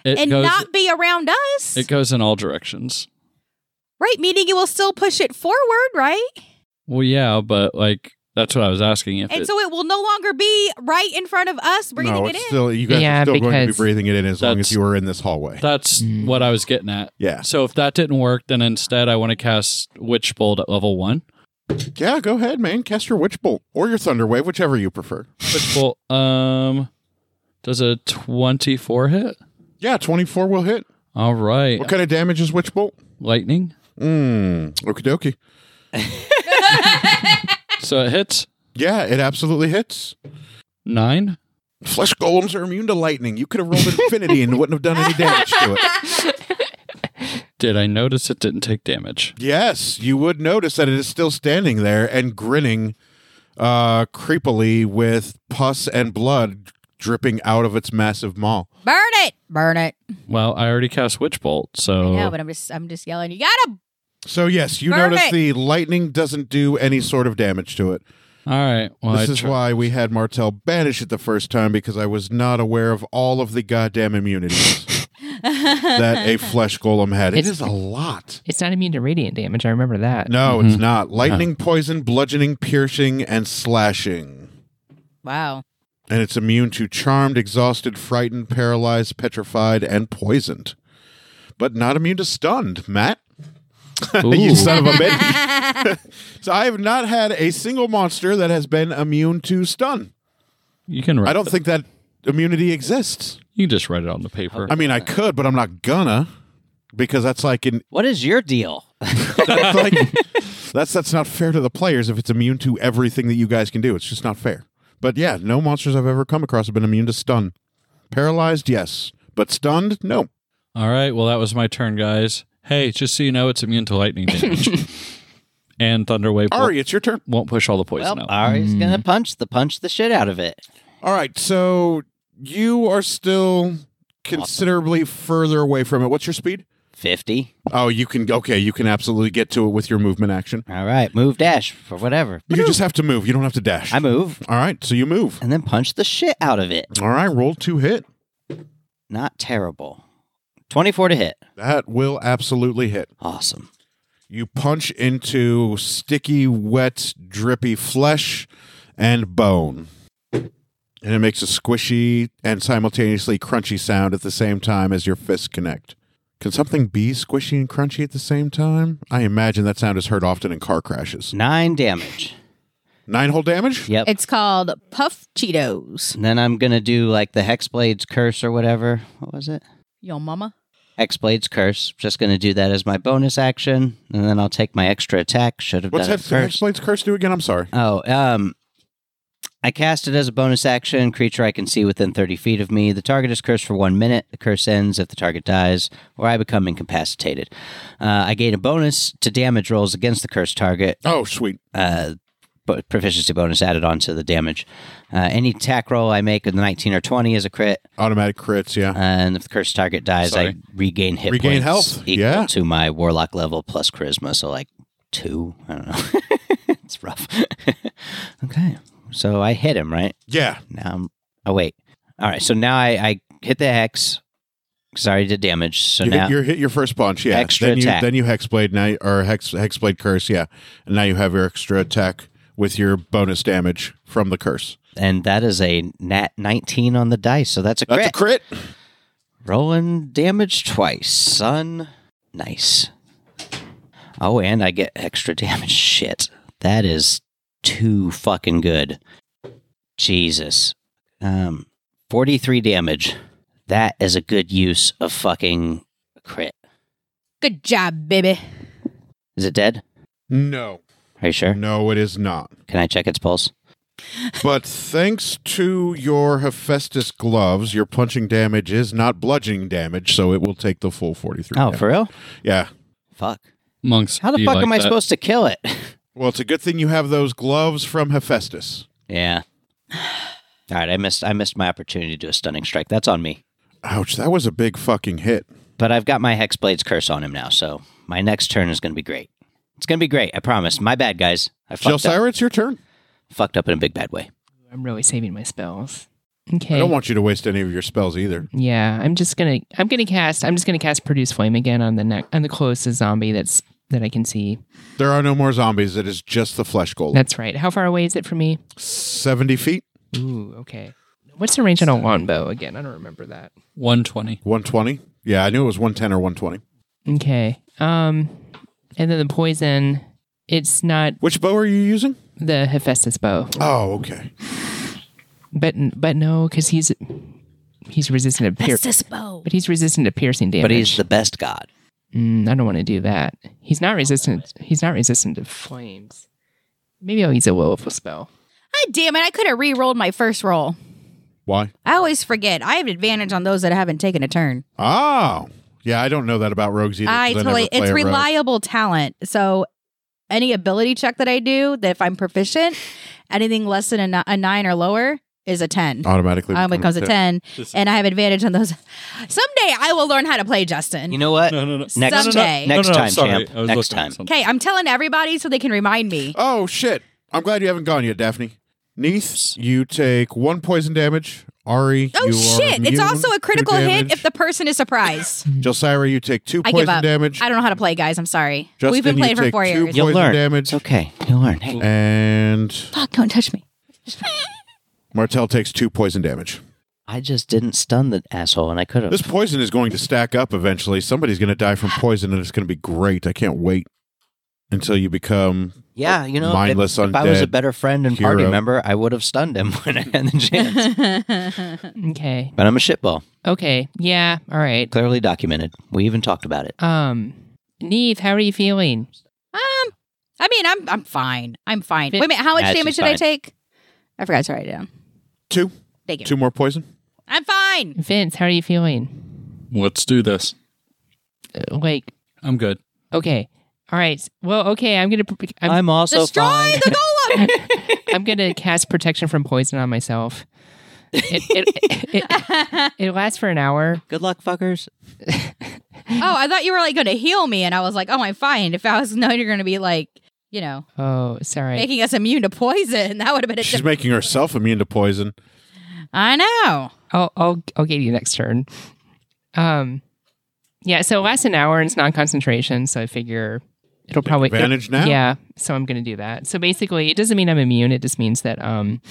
S5: it
S2: and
S5: goes,
S2: not be around us,
S5: It goes in all directions.
S2: right? Meaning it will still push it forward, right?
S5: Well, yeah, but like, that's what I was asking. If
S2: And
S5: it,
S2: so it will no longer be right in front of us breathing
S1: no,
S2: it
S1: it's
S2: in.
S1: still you guys
S4: Yeah,
S1: are still going to be
S4: because
S1: breathing it in as long as
S5: that's-
S1: you are in this hallway.
S5: that's
S4: Mm.
S5: what I was getting at.
S1: yeah,
S5: So if that didn't work, then instead I want to cast Witch Bolt at level one.
S1: yeah. Go ahead, man. Cast your witch bolt or your thunder wave, whichever you prefer.
S5: Which bolt? Um, does a twenty-four hit?
S1: Yeah, twenty four will hit.
S5: All right,
S1: What kind of damage is witch bolt?
S5: lightning.
S1: Mm, okie dokie.
S5: So it hits
S1: Yeah, it absolutely hits.
S5: nine.
S1: Flesh golems are immune to lightning. You could have rolled infinity and wouldn't have done any damage to it.
S5: Did I notice it didn't take damage?
S1: Yes, you would notice that it is still standing there and grinning uh creepily with pus and blood dripping out of its massive maw.
S2: Burn it. Burn it.
S5: Well, I already cast Witch Bolt,
S1: Oh.
S5: so
S2: No, but I'm just I'm just yelling. You gotta
S1: So yes, you
S2: Burn
S1: notice
S2: it.
S1: the lightning doesn't do any sort of damage to it.
S5: all right. Well,
S1: this
S5: I
S1: is
S5: tr-
S1: why we had Martel banish it the first time because I was not aware of all of the goddamn immunities that a flesh golem had. It
S4: It's-
S1: is a lot.
S4: It's not immune to radiant damage. I remember that.
S1: No, it's not. Lightning, poison, bludgeoning, piercing, and slashing.
S2: Wow.
S1: And it's immune to charmed, exhausted, frightened, paralyzed, petrified, and poisoned. But not immune to stunned, Matt. you
S5: Ooh.
S1: son of a bitch. So I have not had a single monster that has been immune to stun.
S5: you can. Write
S1: I don't
S5: it.
S1: think that immunity exists.
S5: you can just write it on the paper.
S1: I mean, I could, but I'm not gonna because that's like an
S3: What is your deal?
S1: that's like that's that's not fair to the players if it's immune to everything that you guys can do. It's just not fair. But yeah, no monsters I've ever come across have been immune to stun. Paralyzed, yes, but stunned, no.
S5: all right. Well, that was my turn, guys. Hey, just so you know, it's immune to lightning damage and Thunderwave. Won't,
S1: Ari, it's your turn.
S5: won't push all the poison
S3: Well,
S5: out.
S3: Ari's
S2: Hmm.
S3: gonna punch the punch the shit out of it.
S1: All right, so you are still considerably further away from it. What's your speed?
S3: Fifty.
S1: Oh, you can okay, you can absolutely get to it with your movement action.
S3: All right, move dash or whatever.
S1: You just have to move. You don't have to dash.
S3: I move
S1: All right, so you move.
S3: and then punch the shit out of it.
S1: All right, roll two hit.
S3: Not terrible. Twenty-four to hit.
S1: That will absolutely hit.
S3: Awesome.
S1: You punch into sticky, wet, drippy flesh and bone. And it makes a squishy and simultaneously crunchy sound at the same time as your fists connect. Can something be squishy and crunchy at the same time? I imagine that sound is heard often in car crashes.
S3: Nine damage.
S1: Nine whole damage?
S3: Yep.
S2: It's called Puff Cheetos.
S3: And then I'm gonna do like the Hexblade's curse or whatever. What was it?
S2: Yo, mama.
S3: Hexblade's curse. Just gonna do that as my bonus action, and then I'll take my extra attack. Should have
S1: What's
S3: done it
S1: Hex-
S3: first.
S1: Hexblade's curse do again? I'm sorry.
S3: Oh, um, I cast it as a bonus action. Creature I can see within 30 feet of me. The target is cursed for one minute. The curse ends if the target dies, or I become incapacitated. Uh, I gain a bonus to damage rolls against the cursed target.
S1: Oh, sweet.
S3: Uh, bo- proficiency bonus added on to the damage. Uh, any attack roll I make with the 19 or 20 is a crit,
S1: Automatic crits, yeah.
S3: and if the cursed target dies, I
S5: Sorry.
S3: regain hit
S1: Regain
S3: points
S1: health,
S3: equal
S1: yeah.
S3: to my warlock level plus charisma, so like two. I don't know. it's rough. okay, so I hit him right
S1: Yeah.
S3: now. I'm, oh wait, all right. So now I, I hit the hex because I already did damage. So
S1: you,
S3: now
S1: hit, you hit your first punch, yeah.
S3: Extra
S1: then you
S3: attack.
S1: then you hexblade now or hex hexblade curse, yeah. And now you have your extra attack with your bonus damage from the curse.
S3: and that is a nat 19 on the dice, so that's a
S1: That's
S3: crit.
S1: a crit.
S3: Rolling damage twice, son. Nice. Oh, and I get extra damage. Shit. That is too fucking good. Jesus. Um, 43 damage. That is a good use of fucking crit.
S2: Good job, baby.
S3: Is it dead?
S1: No.
S3: Are you
S5: Mm.
S3: sure?
S1: No, it is not.
S3: Can I check its pulse?
S1: But thanks to your Hephaestus gloves, your punching damage is not bludgeoning damage, so it will take the full 43.
S3: Oh,
S1: damage.
S3: for real?
S1: yeah.
S3: Fuck.
S5: Monks.
S3: How the
S5: be
S3: fuck
S5: like
S3: am I
S5: that.
S3: supposed to kill it?
S1: Well, it's a good thing you have those gloves from Hephaestus.
S3: yeah. All right, I missed I missed my opportunity to do a stunning strike. That's on me.
S1: Ouch, that was a big fucking hit.
S3: But I've got my Hexblade's curse on him now, so my next turn is going to be great. It's going to be great, I promise. My bad, guys. I
S1: Jill
S3: fucked up.
S1: Sire, it's your turn.
S3: Fucked up in a big bad way.
S4: I'm really saving my spells.
S1: I
S4: Okay.
S1: don't want you to waste any of your spells either.
S4: yeah, I'm just gonna I'm gonna cast I'm just gonna cast produce flame again on the neck on the closest zombie that's that I can see.
S1: There are no more zombies. It is just the flesh golem.
S4: That's right. How far away is it from me?
S1: 70 feet,
S4: Ooh, okay. What's the range on a longbow again? I don't remember that.
S5: 120.
S1: 120. Yeah, I knew it was 110 or 120.
S4: Okay. Um, and then the poison. It's not
S1: Which bow are you using?
S4: the Hephaestus bow,
S1: Oh, okay.
S4: but but no, because he's he's resistant to pier-
S2: That's this bow.
S4: but he's resistant to piercing damage.
S3: But he's the best god.
S4: Mm, I don't want to do that. He's not resistant. He's not resistant to flames. Maybe I'll use a willful spell.
S2: God damn it. I could have re rolled my first roll.
S1: Why?
S2: I always forget. I have an advantage on those that haven't taken a turn.
S1: Oh, yeah, I don't know that about rogues either.
S2: I
S1: 'cause
S2: totally,
S1: never play
S2: it's
S1: a rogue.
S2: reliable talent. So any ability check that I do, that if I'm proficient, anything less than a, ni- a nine or lower is a 10.
S1: Automatically
S2: Um, it comes a 10,
S5: This-
S2: and I have advantage on those. Someday I will learn how to play Justin.
S3: You know what?
S5: No, no, no.
S3: Next-
S5: No, no, no.
S2: Someday.
S5: No,
S3: Next
S5: no, no,
S3: time,
S5: sorry.
S3: champ.
S5: I was
S3: Next
S5: looking at
S3: time.
S5: something.
S2: Okay, I'm telling everybody so they can remind me.
S1: Oh, shit. I'm glad you haven't gone yet, Daphne. Neith, you take one poison damage. Ari,
S2: Oh
S1: you are
S2: shit! It's
S1: immune
S2: also a
S1: to
S2: critical hit
S1: damage.
S2: if the person is surprised.
S1: Jelsira, you take two
S2: I give
S1: poison
S2: up.
S1: damage.
S2: I don't know how to play, guys. I'm sorry.
S1: Justin,
S2: We've been
S1: you
S2: playing for
S1: take
S2: four
S1: two
S2: years.
S1: points.
S3: You'll
S1: Poison
S3: learn.
S1: damage.
S3: It's okay. You'll learn. Hey,
S1: And
S2: Fuck! Don't touch me.
S1: Martel takes two poison damage.
S3: I just didn't stun the asshole, and I could
S1: This
S3: have.
S1: poison is going to stack up eventually. Somebody's going to die from poison, and it's going to be great. I can't wait until you become.
S3: Yeah, you know,
S1: mindless
S3: if, if I was a
S1: undead
S3: better friend and party
S1: hero.
S3: member, I would have stunned him when I had the chance.
S4: Okay.
S3: but I'm a shitball.
S4: Okay. Yeah. All right.
S3: Clearly documented. We even talked about it.
S4: Um, Neve, how are you feeling?
S2: Um, I mean, I'm I'm fine. I'm fine.
S4: Fit-
S2: Wait a minute. How much
S3: Nah, she's
S2: damage did I
S3: fine.
S2: take? I forgot to write it down.
S1: Two?
S2: Thank you.
S1: Two more poison?
S2: I'm fine.
S4: Vince, how are you feeling?
S5: Let's do this.
S4: Uh, Like,
S5: I'm good.
S4: okay. All right. Well, okay. I'm gonna pr- I'm,
S3: I'm also
S2: Destroy
S3: fine.
S2: the golem.
S4: I'm gonna cast protection from poison on myself. It, it, it, it lasts for an hour.
S3: Good luck, fuckers.
S2: oh, I thought you were like going to heal me, and I was like, oh, I'm fine. If I was knowing you're going to be like, you know,
S4: Oh, sorry.
S2: making us immune to poison, that would have been a.
S1: She's
S2: diff-
S1: making herself immune to poison.
S2: I know.
S4: I'll I'll I'll get you next turn. Um, yeah. So it lasts an hour and it's non concentration. So I figure it'll probably it-
S1: Advantage now?
S4: Yeah. So I'm gonna do that. So basically, it doesn't mean I'm immune. It just means that um,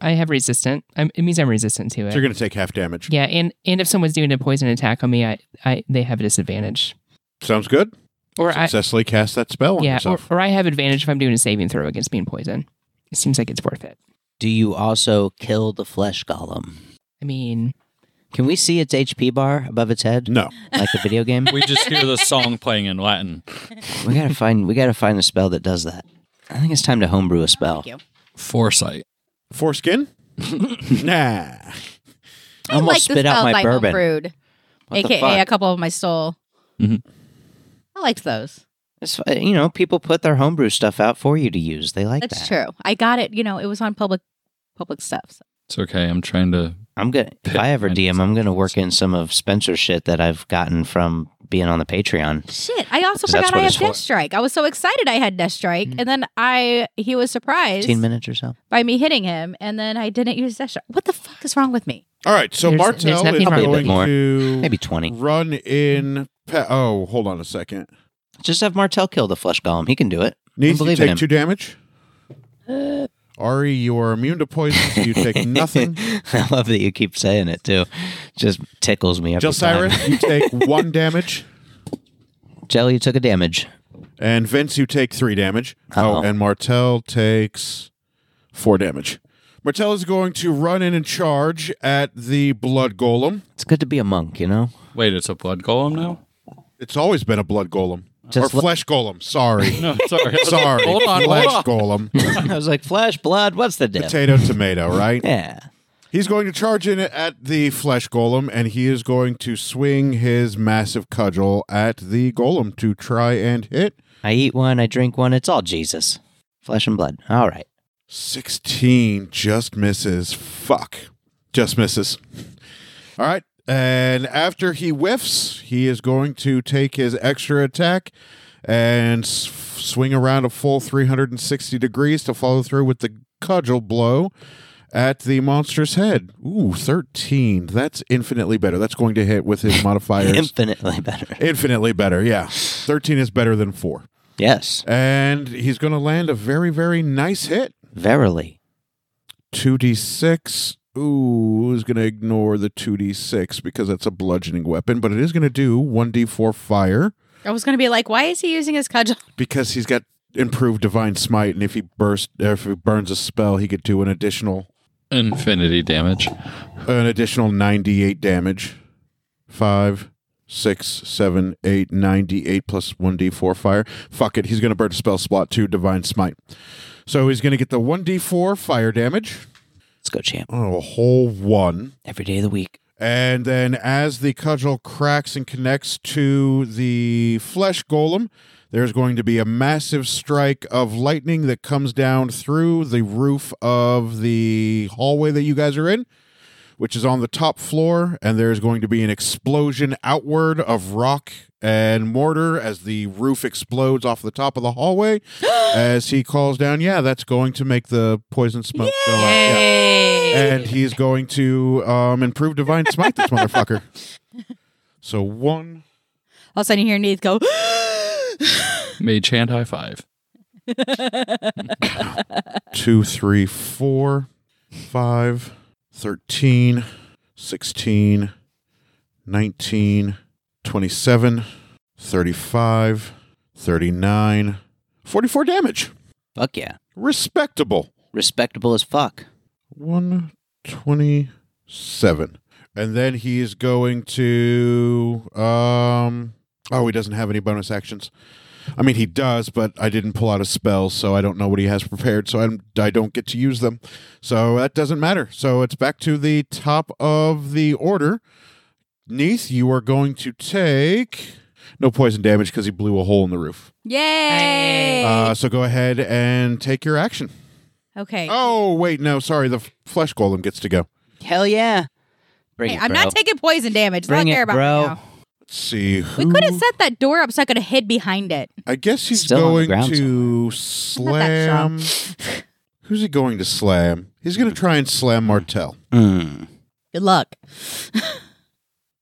S4: I have resistant. I'm, it means I'm resistant to it.
S1: So you're going to take half damage.
S4: yeah, and and if someone's doing a poison attack on me, I, I they have a disadvantage.
S1: Sounds good.
S4: Or I
S1: Successfully cast that spell on
S4: yeah, or,
S1: yourself.
S4: or I have advantage if I'm doing a saving throw against being poisoned. It seems like it's worth it.
S3: Do you also kill the flesh golem?
S4: I mean,
S3: Can we see its HP bar above its head,
S1: no.
S3: like the video game?
S5: We just hear the song playing in Latin.
S3: we gotta find. We gotta find a spell that does that. I think it's time to homebrew a spell.
S2: you.
S5: Foresight.
S1: Foreskin? nah.
S3: I almost
S2: like the
S3: spit out
S2: spells
S3: my
S2: I
S3: bourbon.
S2: homebrewed,
S3: What the
S2: aka
S3: fuck?
S2: a couple of my soul.
S1: Mm-hmm.
S5: Mhm.
S2: I liked those.
S3: It's fi- you know, people put their homebrew stuff out for you to use. They like
S2: That's
S3: that.
S2: true. I got it. You know, it was on public public stuff. So.
S5: It's okay. I'm trying to.
S3: I'm gonna. If I ever DM, I'm gonna work in some of Spencer's shit that I've gotten from being on the Patreon.
S2: Shit, I also
S3: That's
S2: forgot I
S3: what
S2: have
S3: it's
S2: Death
S3: for. Mm.
S2: Strike. I was so excited I had Death Strike, and then I he was surprised
S3: Fifteen minutes or so.
S2: by me hitting him, and then I didn't use Death Strike. What the fuck is wrong with me?
S1: All right. So
S4: There's-
S1: Martel
S4: there's nothing
S1: is
S4: wrong with
S1: going
S3: it. More.
S1: to
S3: Maybe twenty.
S1: run in. Pe- oh, hold on a second.
S3: Just have Martel kill the flesh golem. He can do it.
S1: Needs
S3: I
S1: to
S3: believe in
S1: take
S3: him.
S1: two damage.
S4: Uh.
S1: Ari, you are immune to poison, so you take nothing.
S3: I love that you keep saying it too. Just tickles me every time.
S1: Jelsira, you take one damage.
S3: Jelly took a damage.
S1: And Vince, you take three damage. Oh,
S5: Uh-huh.
S3: Uh-oh.
S1: and Martel takes four damage. Martel is going to run in and charge at the blood golem.
S3: It's good to be a monk, you know.
S5: Wait, it's a blood golem now?
S1: It's always been a blood golem.
S3: Just
S1: or
S3: le-
S1: flesh golem. Sorry.
S5: No, sorry.
S1: Sorry.
S5: Hold on.
S1: Flesh
S5: Hold on.
S1: golem.
S3: I was like, flesh, blood. What's the diff?
S1: Potato, tomato, right?
S3: Yeah.
S1: He's going to charge in at the flesh golem, and he is going to swing his massive cudgel at the golem to try and hit.
S3: I eat one, I drink one. It's all Jesus. Flesh and blood. All right.
S1: 16 just misses. Fuck. Just misses. All right. And after he whiffs, he is going to take his extra attack and s- swing around a full 360 degrees to follow through with the cudgel blow at the monster's head. Ooh, 13. That's infinitely better. That's going to hit with his modifiers.
S3: Infinitely better.
S1: infinitely better. Yeah. 13 is better than 4.
S3: Yes.
S1: And he's going to land a very, very nice hit.
S3: Verily.
S1: 2d6. Ooh, is going to ignore the 2d6 because that's a bludgeoning weapon, but it is going to do 1d4 fire
S2: I was gonna be like, why is he using his cudgel?
S1: because he's got improved divine smite and if he burst or if he burns a spell, he could do an additional
S5: Infinity damage.
S1: an additional 98 damage. 5 six, seven, eight, 98 plus 1d4 fire. Fuck it, he's going to burn a spell slot to divine smite. So he's going to get the 1d4 fire damage.
S3: Let's go, champ.
S1: Oh, a whole 1.
S3: Every day of the week.
S1: And then as the cudgel cracks and connects to the flesh golem, there's going to be a massive strike of lightning that comes down through the roof of the hallway that you guys are in, which is on the top floor. And there's going to be an explosion outward of rock and mortar as the roof explodes off the top of the hallway. as he calls down, yeah, that's going to make the poison smoke go out. Yeah and he's going to um, improve divine smite this motherfucker. So one,
S2: All of a sudden, you hear Neith go.
S5: May chant high five.
S1: two, three, four, five, thirteen, sixteen, nineteen, twenty-seven, thirty-five, thirty-nine, forty-four damage.
S3: Fuck yeah.
S1: Respectable.
S3: Respectable as fuck.
S1: 127. And then he is going to um oh he doesn't have any bonus actions. I mean he does, but I didn't pull out a spell, so I don't know what he has prepared, so I'm I don't get to use them. So that doesn't matter. So it's back to the top of the order. Neith, you are going to take no poison damage because he blew a hole in the roof.
S2: Yay!
S1: Uh, so go ahead and take your action.
S2: okay.
S1: Oh wait, no, sorry. The f- flesh golem gets to go.
S3: Hell yeah. Bring
S2: Hey,
S3: it,
S2: I'm
S3: bro.
S2: not taking poison damage.
S3: Bring
S2: I don't
S3: it,
S2: care about
S3: bro.
S2: it now.
S1: Let's see.
S2: We
S1: who-
S2: could have set that door up so I could have hid behind it.
S1: I guess he's
S3: Still on the
S1: going
S3: ground
S1: to
S2: Not that
S1: slam.
S2: strong.
S1: Who's he going to slam? He's going to try and slam Martel.
S3: Mm.
S2: Good luck.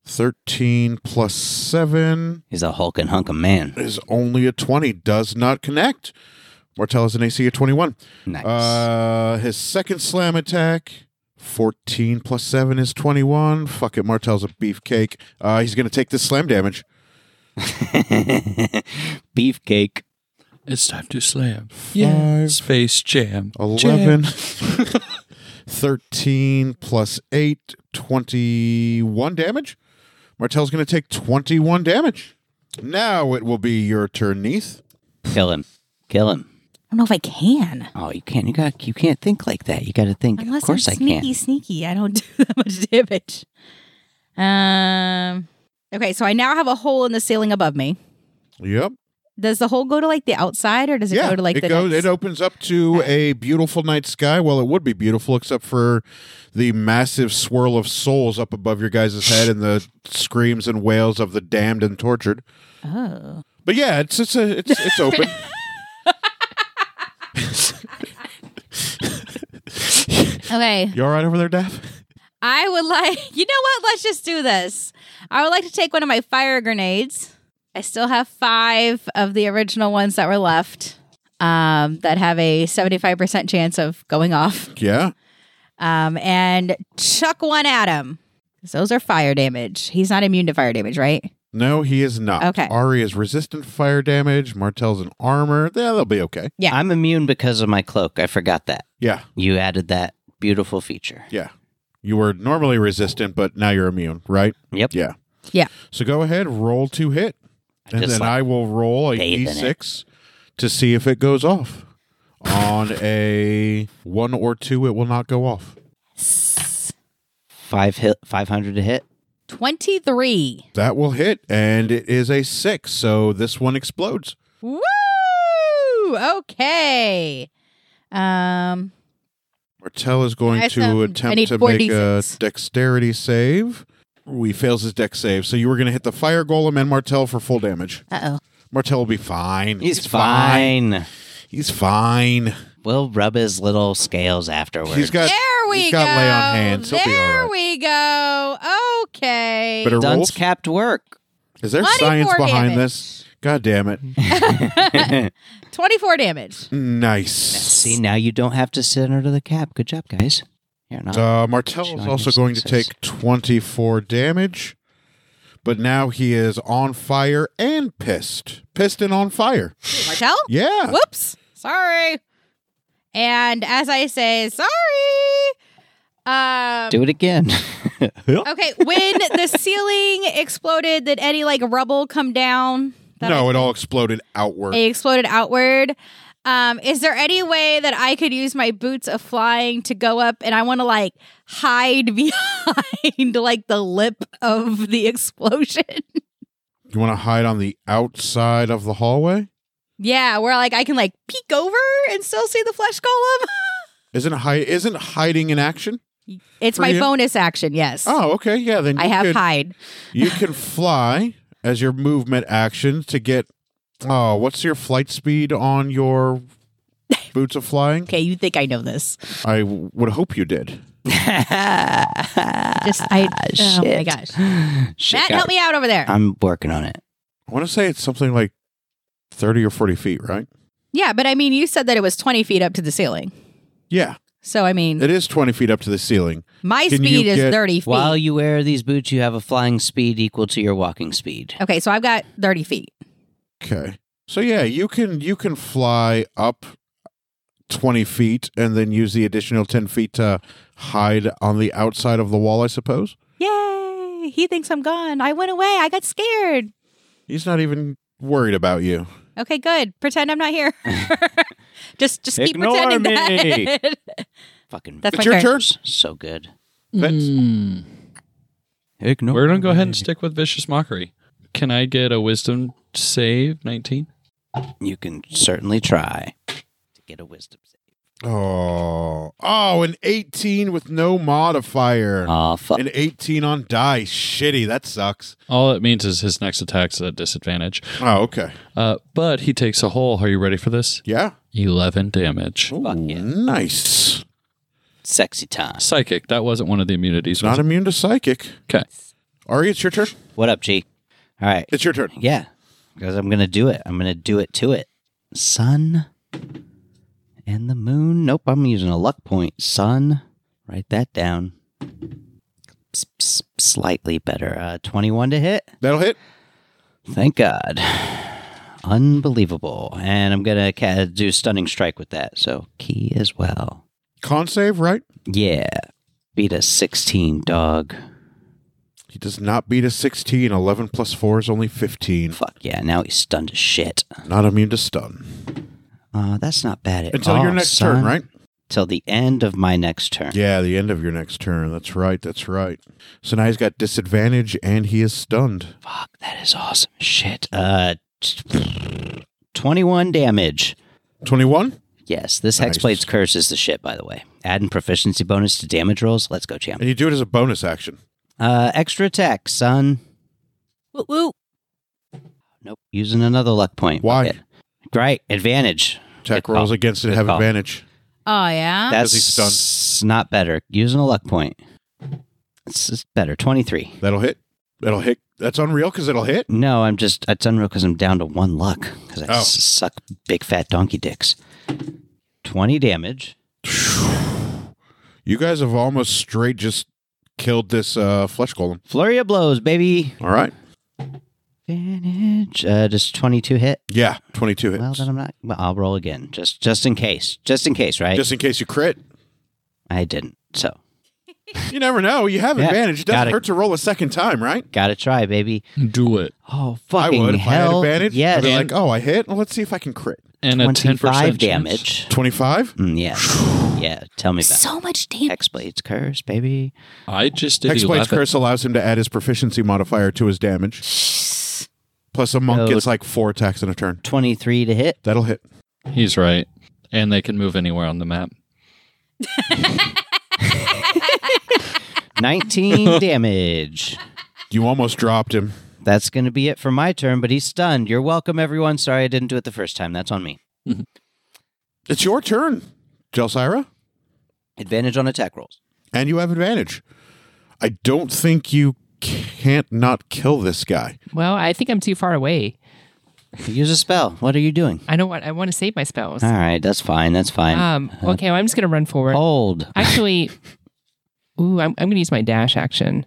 S1: 13 plus 7
S3: He's a hulking hunk of man.
S1: is only a 20. Does not connect. Martellus an AC of 21.
S3: Nice.
S1: Uh, his second slam attack, 14 plus 7 is 21. Fuck it, Martell's a beefcake. Uh, he's going to take this slam damage.
S3: Beefcake.
S5: It's time to slam.
S1: Five.
S5: Space Jam.
S1: 11, 13 plus 8, 21 damage. Martell's going to take 21 damage. Now it will be your turn, Neath.
S3: Kill him. Kill him.
S2: I don't know if I can.
S3: Oh, you can't. You got. You can't think like that. You got to think.
S2: Unless
S3: of course,
S2: I'm
S3: I
S2: sneaky,
S3: can.
S2: sneaky. I don't do that much damage. Um. Okay, so I now have a hole in the ceiling above me.
S1: Yep.
S2: Does the hole go to like the outside, or does it
S1: yeah,
S2: go to like
S1: it
S2: the?
S1: goes.
S2: next-
S1: It opens up to a beautiful night sky. Well, it would be beautiful except for the massive swirl of souls up above your guys' head and the screams and wails of the damned and tortured.
S2: oh,
S1: But yeah, it's it's a, it's it's open.
S2: okay.
S1: You all right over there, Daph?
S2: I would like. You know what? Let's just do this. I would like to take one of my fire grenades. I still have five of the original ones that were left. Um, that have a seventy-five percent chance of going off.
S1: Yeah.
S2: um, and chuck one at him. 'Cause Those are fire damage. He's not immune to fire damage, right?
S1: No, he is not.
S2: Okay.
S1: Ari is resistant to fire damage. Martell's in armor. Yeah, they'll be okay.
S2: Yeah.
S3: I'm immune because of my cloak. I forgot that.
S1: Yeah.
S3: You added that beautiful feature.
S1: Yeah. You were normally resistant, but now you're immune, right?
S3: Yep.
S1: Yeah.
S2: Yeah.
S1: So go ahead, roll to hit. and
S3: just
S1: then
S3: like
S1: I will roll a
S3: bathe in it.
S1: d6 to see if it goes off. On a one or two, it will not go off.
S3: Five hit. Five hundred to hit.
S2: 23.
S1: That will hit, and it is a six, so this one explodes.
S2: Woo! Okay. Um,
S1: Martell is going
S2: I
S1: to
S2: assume- um, I
S1: attempt
S2: need
S1: to
S2: four
S1: make
S2: D6.
S1: a dexterity save. Ooh, He fails his dex save, so you were going to hit the fire golem and Martell for full damage.
S2: uh oh.
S1: Martell will be fine.
S3: He's fine.
S1: He's fine.
S3: We'll rub his little scales afterwards.
S1: He's got.
S2: There we
S1: he's
S2: go.
S1: got lay on hands. He'll be all
S2: there
S1: right.
S2: we go. Okay.
S1: Better roll.
S3: Dunce capped work.
S1: Is there
S2: 24
S1: science behind
S2: damage.
S1: this? God damn it!
S2: 24 damage.
S1: Nice.
S3: See, now you don't have to sit under the cap. Good job, guys. You're not.
S1: Uh, Martell
S3: Shall
S1: is
S3: I
S1: also
S3: use
S1: going to
S3: success?
S1: take 24 damage, but now he is on fire and pissed. Pissed and on fire.
S2: Martel?
S1: Yeah.
S2: Whoops. Sorry. And as I say, sorry. Um,
S3: Do it again.
S2: Okay, when the ceiling exploded, did any like rubble come down? That
S1: No, it all exploded outward.
S2: It exploded outward. Um, is there any way that I could use my boots of flying to go up and I want to like hide behind like the lip of the explosion?
S1: you want to hide on the outside of the hallway?
S2: yeah, where like I can like peek over and still see the flesh golem.
S1: Isn't hi- isn't hiding in action?
S2: It's
S1: For
S2: my
S1: you?
S2: bonus action, yes.
S1: Oh, okay. Yeah, then you
S2: I have
S1: could,
S2: hide.
S1: you can fly as your movement action to get Oh, what's your flight speed on your boots of flying?
S2: Okay, you think I know this.
S1: I w- would hope you did. Ah,
S2: Just I oh my gosh.
S3: Shit,
S2: Matt,
S3: got-
S2: help me out over there.
S1: Ah.
S3: I'm working on it.
S1: I want to say it's something like 30 or 40 feet, right?
S2: Yeah, but I mean, you said that it was 20 feet up to the ceiling.
S1: Yeah,
S2: So, I mean,
S1: it is 20 feet up to the ceiling.
S2: my
S1: Can
S2: speed
S1: you
S2: is
S1: get-
S2: 30 feet.
S3: While you wear these boots, you have a flying speed equal to your walking speed.
S2: okay, so I've got 30 feet.
S1: Okay. So yeah, you can you can fly up 20 feet and then use the additional 10 feet to hide on the outside of the wall, I suppose.
S2: Yay! He thinks I'm gone. I went away. I got scared.
S1: He's not even worried about you.
S2: Okay, good. Pretend I'm not here. just just keep
S3: Ignore
S2: pretending
S3: me.
S2: that.
S3: Fucking
S2: That's
S1: it's
S2: my
S1: your turn.
S3: so good.
S1: Vince?
S5: Hmm.
S3: Ignore.
S5: We're gonna go ahead and stick with vicious mockery. Can I get a wisdom save? Nineteen.
S3: You can certainly try to get a wisdom save.
S1: Oh. Oh, an 18 with no modifier.
S3: Aw, fuck.
S1: An 18 on die. Shitty. That sucks.
S5: All it means is his next attack's at disadvantage.
S1: Oh, okay.
S5: Uh, but he takes a hole. Are you ready for this?
S1: Yeah.
S5: Eleven damage.
S1: Ooh,
S3: Fuck yeah.
S1: Nice.
S3: Sexy time.
S5: Psychic. That wasn't one of the immunities.
S1: It's not
S5: was
S1: immune to psychic.
S5: it? okay.
S1: Ari, it's your turn.
S3: What up, G? All right.
S1: It's your turn.
S3: Yeah. Because I'm going to do it. I'm going to do it to it. Son And the moon. Nope, I'm using a luck point. Sun. Write that down. S- s- slightly better. Uh, 21 to hit.
S1: That'll hit.
S3: Thank God. Unbelievable. And I'm going to ca- do Stunning Strike with that. So key as well.
S1: Con save, right?
S3: Yeah. Beat a 16, dog.
S1: He does not beat a 16. 11 plus 4 is only 15.
S3: Fuck yeah. Now he's stunned as shit.
S1: Not immune to stun.
S3: Uh, that's not bad at
S1: Until
S3: all.
S1: your next
S3: son.
S1: turn, right?
S3: Till the end of my next turn.
S1: Yeah, the end of your next turn. That's right. That's right. So now he's got disadvantage and he is stunned.
S3: Fuck, that is awesome. Shit. Uh, t- 21 damage.
S1: 21.
S3: Yes, this
S1: Nice.
S3: Hexblade's Curse is the shit, by the way. Adding proficiency bonus to damage rolls. Let's go, champ.
S1: And you do it as a bonus action.
S3: Uh, extra attack, son.
S2: Woo woo.
S3: Nope. Using another luck point.
S1: Why?
S3: Fuck it. Great. Advantage.
S1: Attack
S3: Good
S1: rolls
S3: call.
S1: against it
S3: Good
S1: have
S3: call.
S1: advantage.
S2: Oh yeah.
S1: Because
S3: That's
S1: he's
S3: not better. Using a luck point. It's, it's better. 23.
S1: That'll hit. That'll hit. That's unreal because it'll hit.
S3: No, I'm just, it's unreal because I'm down to one luck because I
S1: Oh.
S3: s- suck big fat donkey dicks. 20 damage.
S1: You guys have almost straight just killed this uh, flesh golem.
S3: Flurry of blows, baby.
S1: All right.
S3: Advantage. Uh, just 22 hit.
S1: Yeah, 22 hits.
S3: Well, then I'm not. Well, I'll roll again, just just in case, just in case, right?
S1: just in case you crit.
S3: I didn't, so
S1: You never know. You have
S3: Yeah,
S1: advantage. It doesn't
S3: gotta-
S1: hurt to roll a second time, right?
S3: gotta try, baby.
S5: Do it.
S3: Oh
S1: I
S3: fucking
S1: would if
S3: hell!
S1: I had advantage.
S3: yes,
S1: I'd be like, oh, I hit. Well, let's see if I can crit.
S5: And a ten
S3: twenty-five
S5: percent
S3: damage.
S1: 25?
S3: Mm, yeah, yeah. Tell me about
S2: So much damage.
S3: Hexblade's curse, baby.
S5: I just did
S1: Hexblade's
S5: eleven.
S1: Curse allows him to add his proficiency modifier to his damage. Plus, a monk
S3: Oh.
S1: gets like four attacks in a turn.
S3: Twenty-three to hit.
S1: That'll hit.
S5: He's right, and they can move anywhere on the map.
S3: Nineteen damage.
S1: You almost dropped him.
S3: That's gonna be it for my turn. But he's stunned. You're welcome, everyone. Sorry I didn't do it the first time. That's on me.
S1: It's your turn, Jelsira,
S3: Advantage on attack rolls.
S1: and you have advantage. I don't think you can't not kill this guy.
S4: Well, I think I'm too far away.
S3: Use a spell. What are you doing?
S4: I don't want. I want to save my spells.
S3: All right, that's fine. That's fine.
S4: Um.
S3: Uh-huh.
S4: Okay. Well, I'm just gonna run forward.
S3: Oh. Hold.
S4: Actually, ooh, I'm, I'm gonna use my dash action.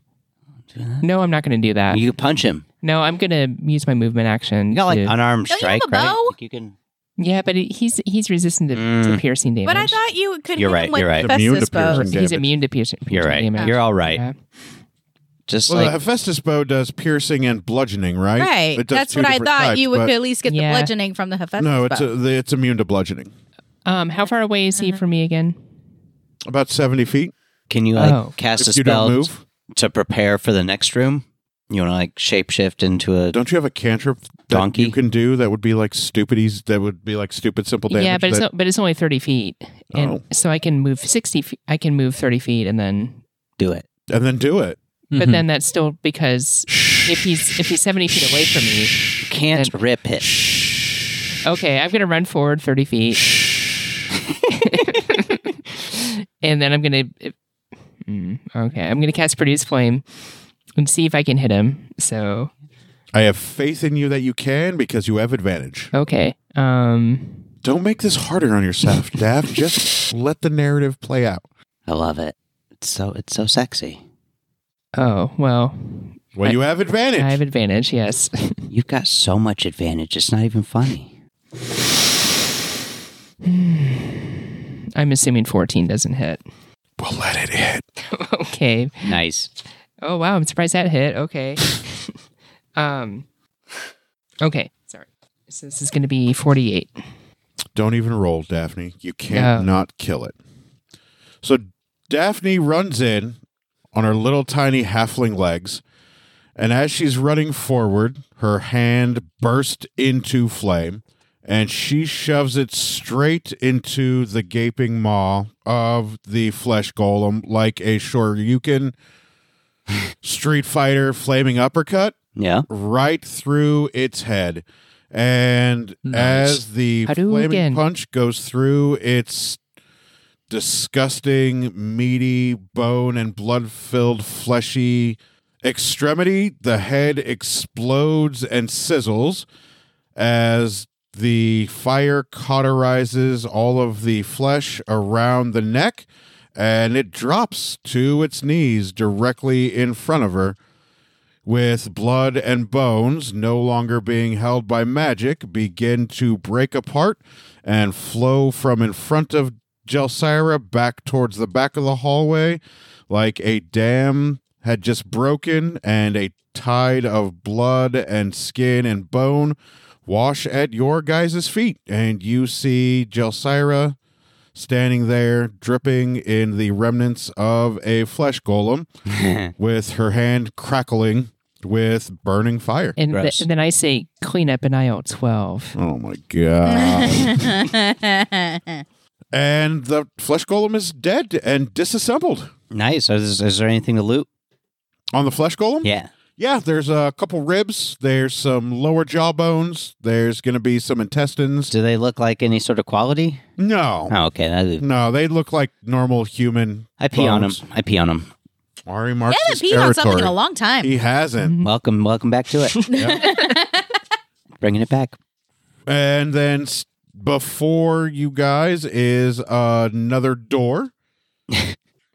S4: No, I'm not gonna do that.
S3: You punch him.
S4: No, I'm gonna use my movement action.
S3: You got like
S4: to-
S3: unarmed
S2: Don't you have
S3: strike,
S2: a
S3: right?
S2: bow?
S3: Like, you can.
S4: yeah, but it, he's he's resistant to, to
S3: Mm.
S4: piercing damage.
S2: But I thought you could
S3: You're
S2: hit
S3: right,
S2: him with
S3: you're right.
S1: Immune to
S2: Festus bows.
S1: piercing.
S4: he's
S1: damage.
S4: immune to piercing.
S3: You're right.
S4: Damage.
S3: You're all right.
S4: Yeah.
S3: Just
S1: Well,
S3: like
S1: the Hephaestus bow does piercing and bludgeoning, right?
S2: Right.
S1: It does
S2: That's
S1: two
S2: what I
S1: different
S2: thought.
S1: types,
S2: you would
S1: but-
S2: could at least get
S4: Yeah.
S2: the bludgeoning from the Hephaestus
S1: No, it's
S2: bow.
S1: a, the- it's immune to bludgeoning.
S4: Um, how far away is
S2: Uh-huh.
S4: he from me again?
S1: About seventy feet.
S3: can you like
S4: Oh.
S3: cast a
S1: if you don't
S3: spell
S1: move,
S3: to prepare for the next room? You want to like shapeshift into a
S1: don't you have a cantrip that
S3: Donkey?
S1: you can do that would be like stupid? eas- That would be like stupid simple damage.
S4: yeah, but it's
S1: that-
S4: o- but it's only thirty feet, and
S1: Oh.
S4: so I can move sixty. Feet, I can move thirty feet, and then
S3: do it.
S1: and then do it.
S4: but
S3: Mm-hmm.
S4: then that's still because if he's if he's seventy feet away from me,
S3: You can't rip it.
S4: Okay, I'm gonna run forward 30 feet. and then I'm gonna. Mm, okay, I'm gonna cast Produce Flame and see if I can hit him. So
S1: I have faith in you that you can because you have advantage.
S4: okay, um,
S1: Don't make this harder on yourself, Dav. Just let the narrative play out.
S3: I love it. It's so it's so sexy.
S4: oh well,
S1: Well, you have advantage.
S4: I have advantage. Yes,
S3: You've got so much advantage. It's not even funny.
S4: I'm assuming 14 doesn't hit.
S1: Well, let it hit.
S4: okay.
S3: Nice.
S4: Oh wow, I'm surprised that hit. Okay. um. Okay. Sorry. So this is gonna be 48.
S1: Don't even roll, Daphne. You can't not kill it. So Daphne runs in on her little tiny halfling legs, and as she's running forward, her hand bursts into flame, and she shoves it straight into the gaping maw of the flesh golem like a shoryuken street fighter flaming uppercut
S3: Yeah.
S1: right through its head. And as the
S4: Hadouken.
S1: flaming punch goes through its disgusting, meaty, bone and blood filled, fleshy extremity, the head explodes and sizzles as The fire cauterizes all of the flesh around the neck and it drops to its knees directly in front of her. With blood and bones no longer being held by magic, begin to break apart and flow from in front of Gelsira back towards the back of the hallway like a dam had just broken and a tide of blood and skin and bone wash at your guys' feet. And you see Gelsira standing there, dripping in the remnants of a flesh golem with her hand crackling with burning fire.
S4: And, th-
S3: Gross.
S4: and then I say clean up an IO 12.
S1: Oh my god. and the flesh golem is dead and disassembled.
S3: nice. Is, is there anything to loot?
S1: On the flesh golem?
S3: Yeah.
S1: Yeah, there's a couple ribs, there's some lower jawbones, there's going to be some intestines.
S3: Do they look like any sort of quality?
S1: No.
S3: Oh, okay. that-
S1: No, they look like normal human.
S3: I pee on him.
S1: bones.
S3: I pee on him.
S1: Ari marks
S2: I
S1: his
S2: haven't peed on something in
S1: territory.
S2: a long time.
S1: He hasn't.
S3: Welcome, welcome back to Mm-hmm. it. Bringing it back.
S1: And then s- before you guys is another door,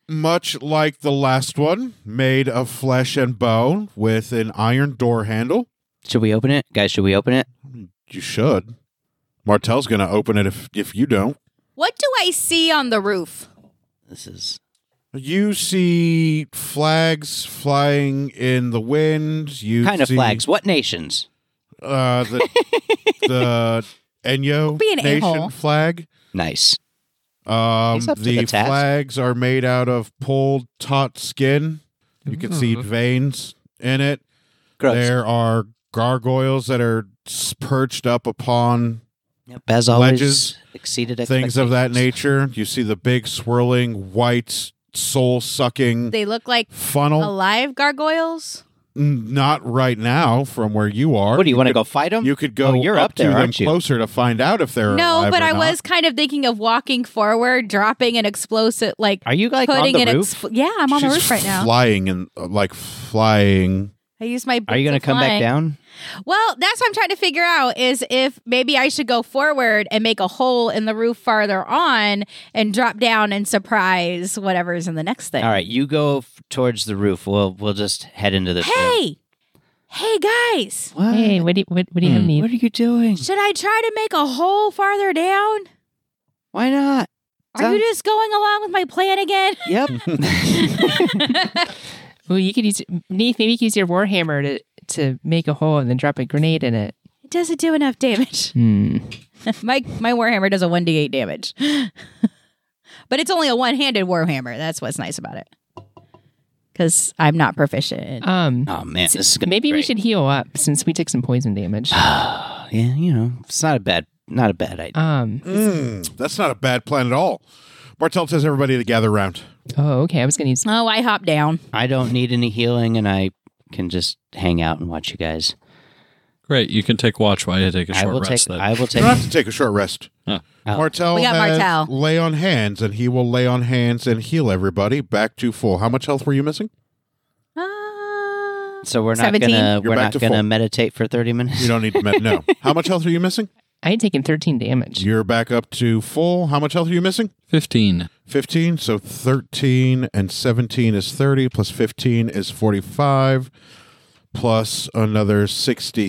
S1: much like the last one, made of flesh and bone with an iron door handle.
S3: Should we open it, guys? Should we open it?
S1: You should. Martel's going to open it if if you don't.
S2: What do I see on the roof?
S3: This is
S1: You see flags flying in the wind. You
S3: kind of
S1: see,
S3: flags. What nations?
S1: Uh, the the Enyo
S2: Be an
S1: nation
S2: a-hole.
S1: flag.
S3: Nice.
S1: Um,
S3: He's up
S1: the,
S3: to the task.
S1: flags are made out of pulled taut skin. You can see
S2: Mm-hmm.
S1: veins in it.
S3: Gross.
S1: There are gargoyles that are s- perched up upon
S3: Yep, as always,
S1: ledges,
S3: exceeded
S1: things of that
S3: expectations.
S1: nature. You see the big swirling white soul sucking
S2: They look like
S1: funnel.
S2: alive gargoyles.
S1: N- Not right now from where you are.
S3: What do you want to go fight
S2: Um,
S3: them?
S1: You could go
S3: Oh, you're
S1: up,
S3: up there,
S1: to them
S3: aren't you?
S1: closer to find out if they're
S2: No,
S1: alive
S2: but
S1: or
S2: I
S1: not.
S2: was kind of thinking of walking forward, dropping an explosive, like
S3: Are you like
S2: putting
S3: on
S2: an
S3: the roof?
S2: expl- Yeah, I'm on the
S1: She's
S2: roof right now.
S1: Flying and uh, like flying.
S2: I use my.
S3: Are you
S2: going to
S3: come back down?
S2: Well, that's what I'm trying to figure out is if maybe I should go forward and make a hole in the roof farther on and drop down and surprise whatever's in the next thing.
S3: All right, you go f- towards the roof. We'll we'll just head into this. room.
S2: Hey, hey guys,
S3: What?
S4: Hey, what do you, what, what do you
S1: Hmm.
S4: need?
S3: What are you doing?
S2: should I try to make a hole farther down?
S3: Why not?
S2: Are you just going along with my plan again?
S3: Yep.
S4: Well, you could use Neith. Maybe you could use your warhammer to to make a hole and then drop a grenade in it.
S2: It doesn't do enough damage.
S4: Hmm.
S2: my my warhammer does a 1d8 damage. but it's only a one-handed warhammer. That's what's nice about it. Cuz I'm not proficient. in-
S4: Um.
S3: oh man, this is gonna be
S4: Maybe we
S3: great.
S4: should heal up since we took some poison damage.
S3: Yeah, you know, it's not a bad, not a bad idea.
S4: Um.
S1: Mm, that's not a bad plan at all. Martel tells everybody to gather around.
S4: Oh, okay. I was gonna use.
S2: oh, I hop down.
S3: I don't need any healing, and I can just hang out and watch you guys.
S5: Great, you can take watch while you take a
S3: I
S5: short
S3: will
S5: rest.
S3: take.
S5: then.
S3: I will
S1: You
S3: take.
S1: don't have to take a short rest.
S5: Huh.
S3: Oh.
S1: Martel
S2: We got
S1: has
S2: Martel.
S1: lay on hands, and he will lay on hands and heal everybody back to full. How much health were you missing?
S2: Uh,
S3: So we're not
S2: 17?
S3: gonna.
S1: You're
S3: we're
S1: back
S3: not
S1: to
S3: gonna
S1: full.
S3: meditate for thirty minutes.
S1: You don't need to med- no. How much health are you missing?
S4: I had taken thirteen damage.
S1: You're back up to full. How much health are you missing?
S5: Fifteen.
S1: 15 so 13 and 17 is 30 plus 15 is 45 plus another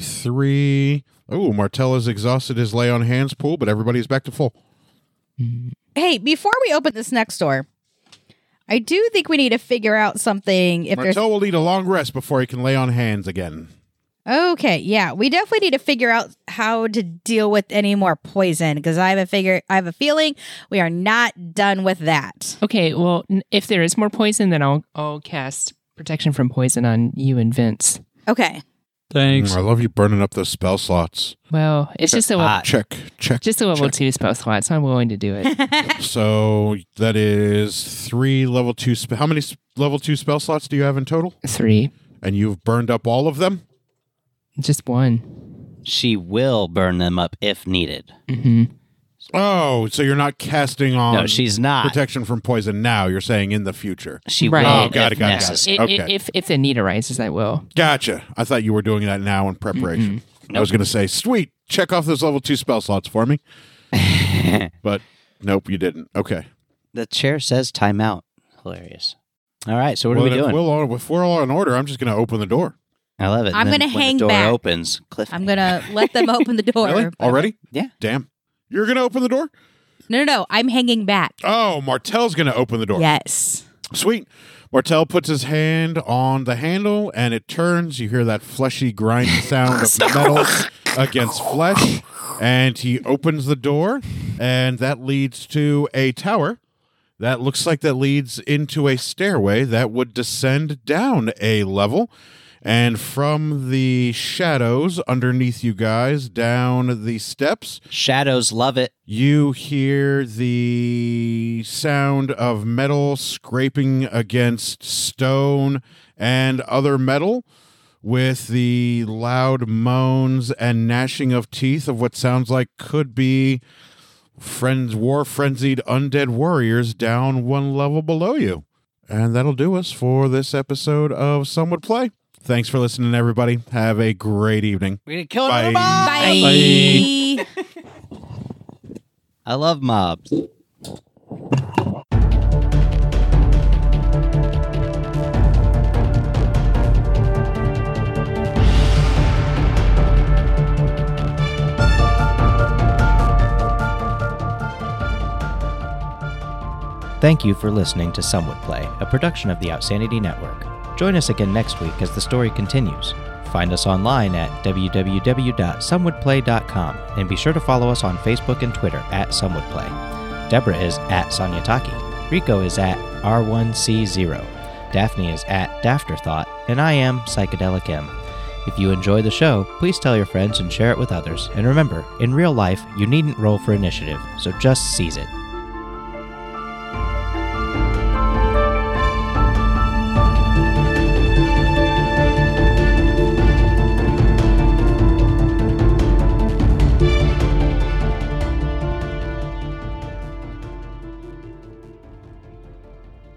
S1: 63 oh martell has exhausted his lay on hands pool but everybody's back to full
S2: hey, before we open this next door, I do think we need to figure out something if there's
S1: martell will need a long rest before he can lay on hands again
S2: Okay, yeah, we definitely need to figure out how to deal with any more poison because I have a figure. I have a feeling we are not done with that.
S4: Okay. Well, n- if there is more poison, then I'll I'll cast protection from poison on you and Vince.
S2: Okay,
S5: Thanks.
S1: Mm, i love you burning up those spell slots
S4: Well, it's just a le-
S3: Ah,
S1: check check
S4: just a level two spell slot, so I'm willing to do it.
S1: so that is three level two spe- how many s- level two spell slots do you have in total
S4: Three,
S1: and you've burned up all of them
S4: just one.
S3: she will burn them up if needed.
S4: hmm
S1: oh so you're not casting on
S3: No, she's not.
S1: protection from poison now. You're saying in the future.
S3: She
S4: Right.
S3: will.
S4: Oh,
S1: got it, got
S3: if
S1: it, got it.
S3: necessary.
S4: I- i-
S1: Okay.
S4: If if the need arises, I will.
S1: Gotcha. I thought you were doing that now in preparation. I was going to say, sweet, check off those level two spell slots for me. but nope, you didn't. Okay.
S3: The chair says timeout. Hilarious. All right, so what
S1: well,
S3: are we
S1: then if
S3: doing?
S1: we'll all- if we're all in order, I'm just going to open the door.
S3: I love it.
S2: I'm
S3: And then
S2: gonna
S3: when
S2: hang
S3: the door
S2: back.
S3: Opens. Cliff.
S2: I'm gonna let them open the door.
S1: Really? Already?
S3: Yeah.
S1: Damn. You're going to open the door?
S2: No, no, no. I'm hanging back.
S1: Oh, Martel's going to open the door.
S2: Yes.
S1: Sweet. Martel puts his hand on the handle and it turns. You hear that fleshy grind sound of metal against flesh. And he opens the door, and that leads to a tower. That looks like that leads into a stairway that would descend down a level. And from the shadows underneath you guys down the steps,
S3: Shadows love it.
S1: you hear the sound of metal scraping against stone and other metal with the loud moans and gnashing of teeth of what sounds like could be friends war frenzied undead warriors down one level below you and that'll do us for this episode of some would play thanks for listening everybody have a great evening
S3: We're gonna kill
S1: Bye.
S3: another mob.
S2: Bye.
S3: I love mobs. Thank you for listening to Some Would Play, a production of the Outsanity Network. Join us again next week as the story continues. Find us online at www.somewouldplay.com and be sure to follow us on Facebook and Twitter at Some Would Play. Deborah is at Sonia Taki, Rico is at R1C0, Daphne is at Dafterthought, and I am Psychedelic M. If you enjoy the show, please tell your friends and share it with others. And remember, in real life, you needn't roll for initiative, so just seize it.